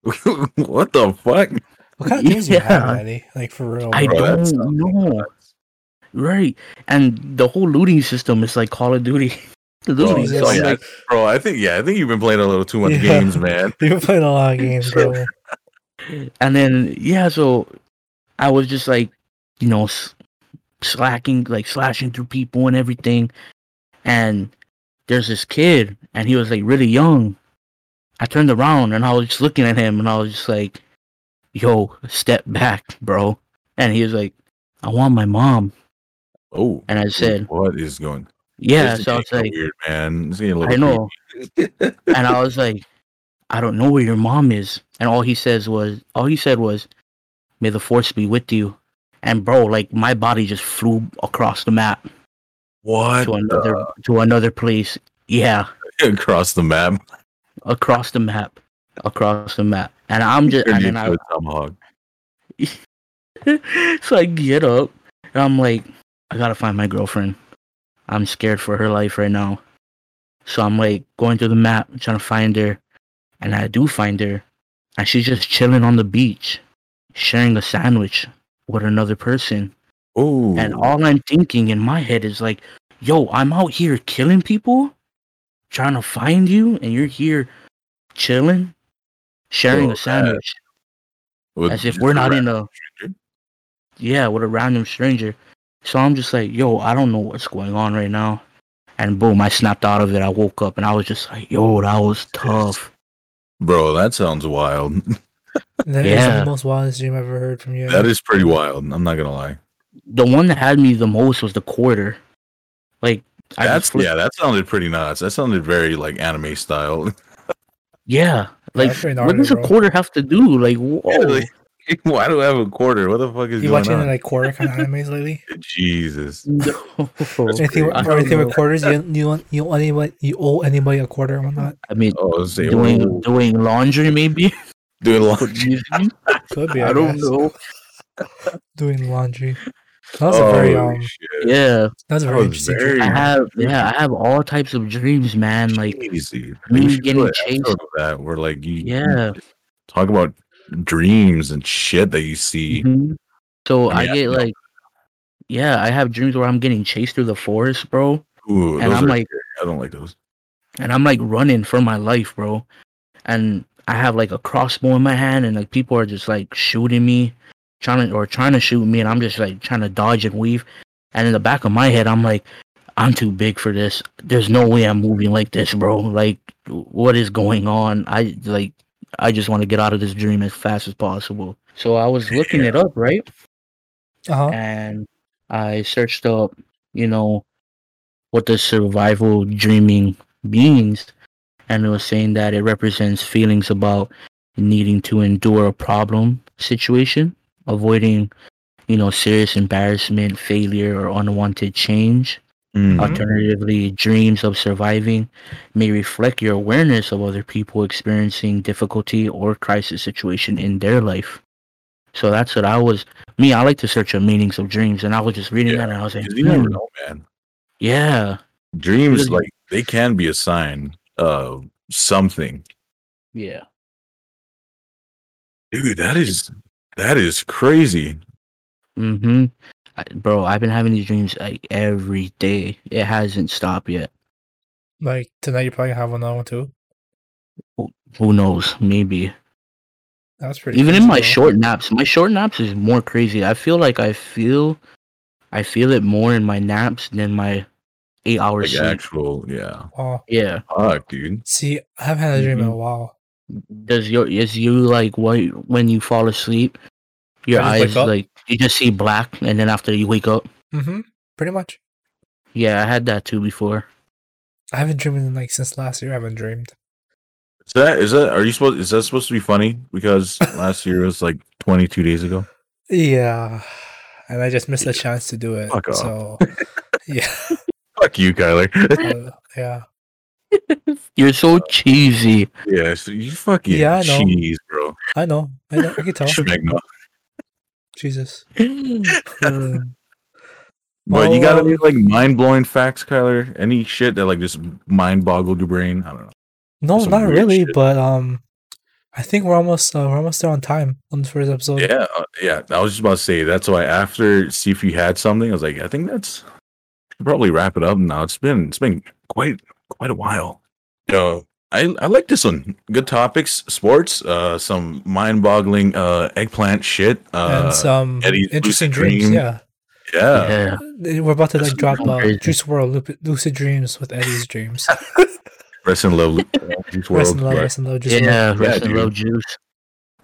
Speaker 1: what the fuck?
Speaker 2: What kind of games do you have,
Speaker 3: Yeah.
Speaker 2: Eddie? Like for real?
Speaker 3: I
Speaker 2: Oh, bro?
Speaker 1: Bro, that
Speaker 3: don't
Speaker 1: sounds
Speaker 3: know. Right, and the whole looting system is like Call of Duty. looting.
Speaker 2: it's
Speaker 3: so I'm
Speaker 2: like-
Speaker 3: like,
Speaker 1: Bro, I think yeah, I think you've been playing a little too much
Speaker 2: Yeah.
Speaker 1: games, man.
Speaker 2: You've been playing a lot of games,
Speaker 1: Sure.
Speaker 2: bro.
Speaker 3: and then yeah, so I was just like, you know, s- slacking, like slashing through people and everything. And there's this kid, and he was like really young. I turned around and I was just looking at him, and I was just like, "Yo, step back, bro." And he was like, "I want my mom."
Speaker 1: Oh,
Speaker 3: And I said,
Speaker 1: what is going?
Speaker 3: "Yeah."
Speaker 1: This is
Speaker 3: So I was
Speaker 1: getting
Speaker 3: like,
Speaker 1: weird, man. It's getting a little
Speaker 3: "I know."
Speaker 1: creepy.
Speaker 3: and I was like, I don't know where your mom is. And all he says was, all he said was, May the force be with you. And bro, like my body just flew across the map
Speaker 1: What?
Speaker 3: to another to another place. Yeah,
Speaker 1: the- across the map.
Speaker 3: across the map, across the map. And I'm just and
Speaker 1: Turned
Speaker 3: then
Speaker 1: into
Speaker 3: I
Speaker 1: a tomahawk.
Speaker 3: so I get up and I'm like, I gotta find my girlfriend. I'm scared for her life right now. So I'm like going through the map trying to find her. And I do find her. And she's just chilling on the beach, sharing a sandwich with another person.
Speaker 1: Ooh.
Speaker 3: And all I'm thinking in my head is like, yo, I'm out here killing people, trying to find you, and you're here chilling, sharing
Speaker 1: Yo, uh,
Speaker 3: a sandwich
Speaker 1: With
Speaker 3: as if
Speaker 1: just
Speaker 3: we're not
Speaker 1: ra-
Speaker 3: in a
Speaker 1: stranger?
Speaker 3: yeah with a random stranger so i'm just like yo i don't know what's going on right now and boom i snapped out of it i woke up and i was just like yo that was tough
Speaker 1: Bro, that sounds wild.
Speaker 2: That is
Speaker 3: Yeah.
Speaker 2: the most wildest dream I've ever heard from you.
Speaker 1: That is pretty wild. I'm not gonna lie.
Speaker 3: the one that had me the most was the quarter like I just
Speaker 1: That's
Speaker 3: flipped-
Speaker 1: yeah. That sounded pretty nuts. That sounded very like anime style.
Speaker 3: yeah like
Speaker 2: That's pretty
Speaker 3: what does a
Speaker 2: gnarly, bro.
Speaker 3: quarter have to do like whoa
Speaker 1: Like, Why do I have a quarter? What the fuck is
Speaker 2: You
Speaker 1: going
Speaker 2: watching
Speaker 1: on?
Speaker 2: any like quarter kind of animes lately?
Speaker 1: Jesus.
Speaker 3: no.
Speaker 2: Anything,
Speaker 1: I
Speaker 2: or anything with quarters? You you want- you owe anybody you owe anybody a quarter or whatnot?
Speaker 3: i mean
Speaker 1: Oh, I was saying,
Speaker 3: doing
Speaker 1: ooh,
Speaker 3: doing laundry maybe
Speaker 1: doing
Speaker 3: Could
Speaker 1: laundry.
Speaker 3: you-
Speaker 2: Could be. I,
Speaker 3: i don't
Speaker 2: guess.
Speaker 3: know
Speaker 2: Doing laundry. That's a very
Speaker 1: Holy
Speaker 2: um.
Speaker 1: shit.
Speaker 3: yeah
Speaker 2: That's a
Speaker 1: Oh, That
Speaker 2: very
Speaker 1: was
Speaker 2: interesting.
Speaker 1: very-
Speaker 3: I
Speaker 1: Yeah.
Speaker 3: have yeah, I have all types of dreams, man. Like
Speaker 1: Crazy.
Speaker 3: me
Speaker 1: You should
Speaker 3: getting
Speaker 1: do an
Speaker 3: chased.
Speaker 1: episode of that where like you you
Speaker 3: yeah.
Speaker 1: talk about dreams and shit that you see.
Speaker 3: mhm. So
Speaker 1: I
Speaker 3: I,
Speaker 1: mean, I-
Speaker 3: get like yeah, I have dreams where I'm getting chased through the forest, bro.
Speaker 1: Ooh,
Speaker 3: Mm-hmm. and
Speaker 1: those
Speaker 3: I'm
Speaker 1: are-
Speaker 3: like
Speaker 1: I don't like those.
Speaker 3: and I'm like running for my life, bro. And I have like a crossbow in my hand and like people are just like shooting me, trying to or trying to shoot me and I'm just like trying to dodge and weave. And in the back of my head I'm like, I'm too big for this. There's no way I'm moving like this, bro. Like what is going on? I like I just want to get out of this dream as fast as possible. So I was looking it up, right?
Speaker 2: Uh huh.
Speaker 3: and I searched up, you know, what the survival dreaming means, and it was saying that it represents feelings about needing to endure a problem situation, avoiding, you know, serious embarrassment, failure, or unwanted change.
Speaker 1: Mm.
Speaker 3: Alternatively, dreams of surviving may reflect your awareness of other people experiencing difficulty or crisis situation in their life. So that's what I was. Me, I like to search on meanings of dreams, and I was just reading
Speaker 1: Yeah,
Speaker 3: that, and I was like,
Speaker 1: 'Cause you never
Speaker 3: "Hmm,
Speaker 1: know, man.
Speaker 3: yeah,
Speaker 1: Dreams
Speaker 3: Really?
Speaker 1: like they can be a sign of something.
Speaker 3: yeah,
Speaker 1: Dude, that is that is crazy.
Speaker 3: mm-hmm." I, bro, I've been having these dreams like every day. It hasn't stopped yet.
Speaker 2: Like tonight, you probably have another one too.
Speaker 3: Who knows? Maybe
Speaker 2: That's pretty.
Speaker 3: even in
Speaker 2: crazy,
Speaker 3: my
Speaker 2: bro.
Speaker 3: short naps my short naps is more crazy i feel like i feel i feel it more in my naps than my eight hour
Speaker 1: Like
Speaker 3: sleep
Speaker 1: actual, yeah.
Speaker 2: Wow.
Speaker 3: yeah
Speaker 1: Fuck, dude.
Speaker 2: Uh, See, I haven't had a dream in a
Speaker 1: Mm-hmm.
Speaker 3: Mhm.
Speaker 2: while.
Speaker 3: does your is you like what when you fall asleep your
Speaker 2: I just wake
Speaker 3: eyes
Speaker 2: up.
Speaker 3: like you just see black and then after you wake up
Speaker 2: Mm-hmm. Pretty much.
Speaker 3: yeah i had that too before
Speaker 2: I haven't dreamed in like since last year. I haven't dreamed.
Speaker 1: Is that is that are you supposed is that supposed to be funny? Because last year was like twenty two days ago.
Speaker 2: Yeah, and I just missed the chance to do it.
Speaker 1: Fuck off.
Speaker 2: so, yeah,
Speaker 1: Fuck you, Kyler.
Speaker 2: uh, yeah.
Speaker 3: you're so cheesy
Speaker 1: yeah, so you fucking
Speaker 2: Yeah, I know.
Speaker 1: cheese, bro.
Speaker 2: I know. I know. I can tell.
Speaker 1: Schmegma.
Speaker 2: Jesus.
Speaker 3: Mm,
Speaker 1: But you
Speaker 2: Oh,
Speaker 1: got
Speaker 2: um,
Speaker 1: any like mind blowing facts, Kyler? Any shit that like just mind boggled your brain? I don't know.
Speaker 2: No,
Speaker 1: Some
Speaker 2: not
Speaker 1: weird
Speaker 2: really.
Speaker 1: shit.
Speaker 2: But um, I think we're almost uh, we're almost there on time on the first episode.
Speaker 1: Yeah, uh, yeah. I was just about to say that's why after see if you had something, I was like, I think that's should probably wrap it up now. It's been it's been quite quite a while. Uh, I I like this one. Good topics, sports, uh, some mind boggling uh eggplant shit. Uh,
Speaker 2: and some
Speaker 1: Eddie's lucid
Speaker 2: interesting dreams.
Speaker 1: dream.
Speaker 2: Yeah,
Speaker 1: yeah.
Speaker 3: yeah
Speaker 2: we're about to
Speaker 1: That's
Speaker 2: like drop
Speaker 3: something
Speaker 2: uh,
Speaker 3: crazy.
Speaker 2: Juice World Lucid Dreams with Eddie's dreams.
Speaker 1: Rest in love, uh, Juice
Speaker 2: Rest
Speaker 1: World.
Speaker 2: in love,
Speaker 1: but-
Speaker 2: rest in love, Juice
Speaker 3: yeah,
Speaker 2: World.
Speaker 3: rest in
Speaker 1: dude.
Speaker 3: love juice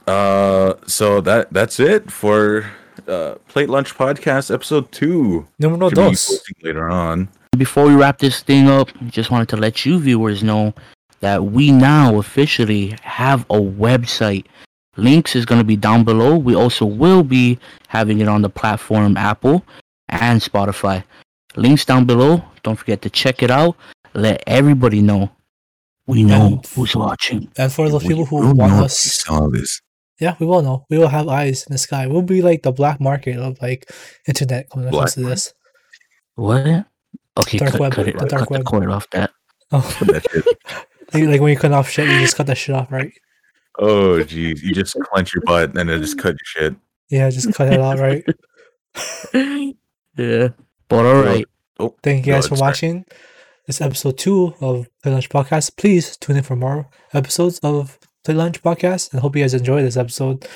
Speaker 1: Uh, so that that's it for uh Plate Lunch Podcast episode two.
Speaker 2: Numero
Speaker 1: Should be
Speaker 2: dos.
Speaker 1: posting Later on.
Speaker 3: Before we wrap this thing up, just wanted to let you viewers know that we now officially have a website Links is going to be down below. We also will be having it on the platform Apple and Spotify. Links down below. Don't forget to check it out. Let everybody know. We know who's watching.
Speaker 2: And for those
Speaker 1: We
Speaker 2: people who
Speaker 1: will
Speaker 2: want
Speaker 1: not
Speaker 2: us,
Speaker 1: saw this.
Speaker 2: yeah, we will know. We will have eyes in the sky. We'll be like the black market of like internet when it
Speaker 1: Black
Speaker 2: comes to this.
Speaker 3: What? Okay,
Speaker 2: Dark
Speaker 3: cut,
Speaker 2: web,
Speaker 3: cut it.
Speaker 2: the dark
Speaker 3: cut the
Speaker 2: web.
Speaker 3: cord off that.
Speaker 2: Oh,
Speaker 1: Put that shit-
Speaker 2: like, like when you cut off shit, you just cut that shit off, right?
Speaker 1: Oh, jeez. You just clench your butt and then just cut your shit.
Speaker 2: Yeah, just cut it out, right?
Speaker 3: yeah. But all right.
Speaker 1: Oh,
Speaker 2: Thank you
Speaker 1: no,
Speaker 2: guys for
Speaker 1: it's fine.
Speaker 2: watching. This is episode two of Play Lunch Podcast. Please tune in for more episodes of Play Lunch Podcast and hope you guys enjoy this episode.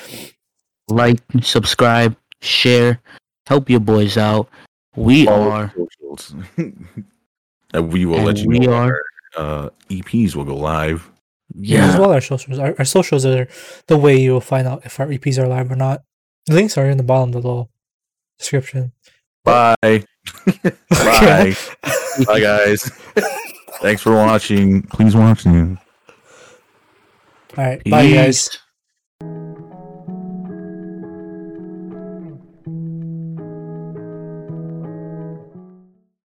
Speaker 3: Like, subscribe, share, help your boys out. We
Speaker 1: Follow
Speaker 3: are
Speaker 1: the socials. and we will let
Speaker 3: And
Speaker 1: you
Speaker 3: we
Speaker 1: know. when
Speaker 3: are-
Speaker 1: Our, uh, EPs will go live.
Speaker 2: As
Speaker 3: yeah.
Speaker 2: well, our socials. Our, our socials are the way you will find out if our EPs are live or not. The links are in the bottom of the little description.
Speaker 1: Bye.
Speaker 2: Okay.
Speaker 1: Bye. Bye, guys. Thanks for watching. Please watch.
Speaker 2: All right. Bye, guys.
Speaker 3: Peace.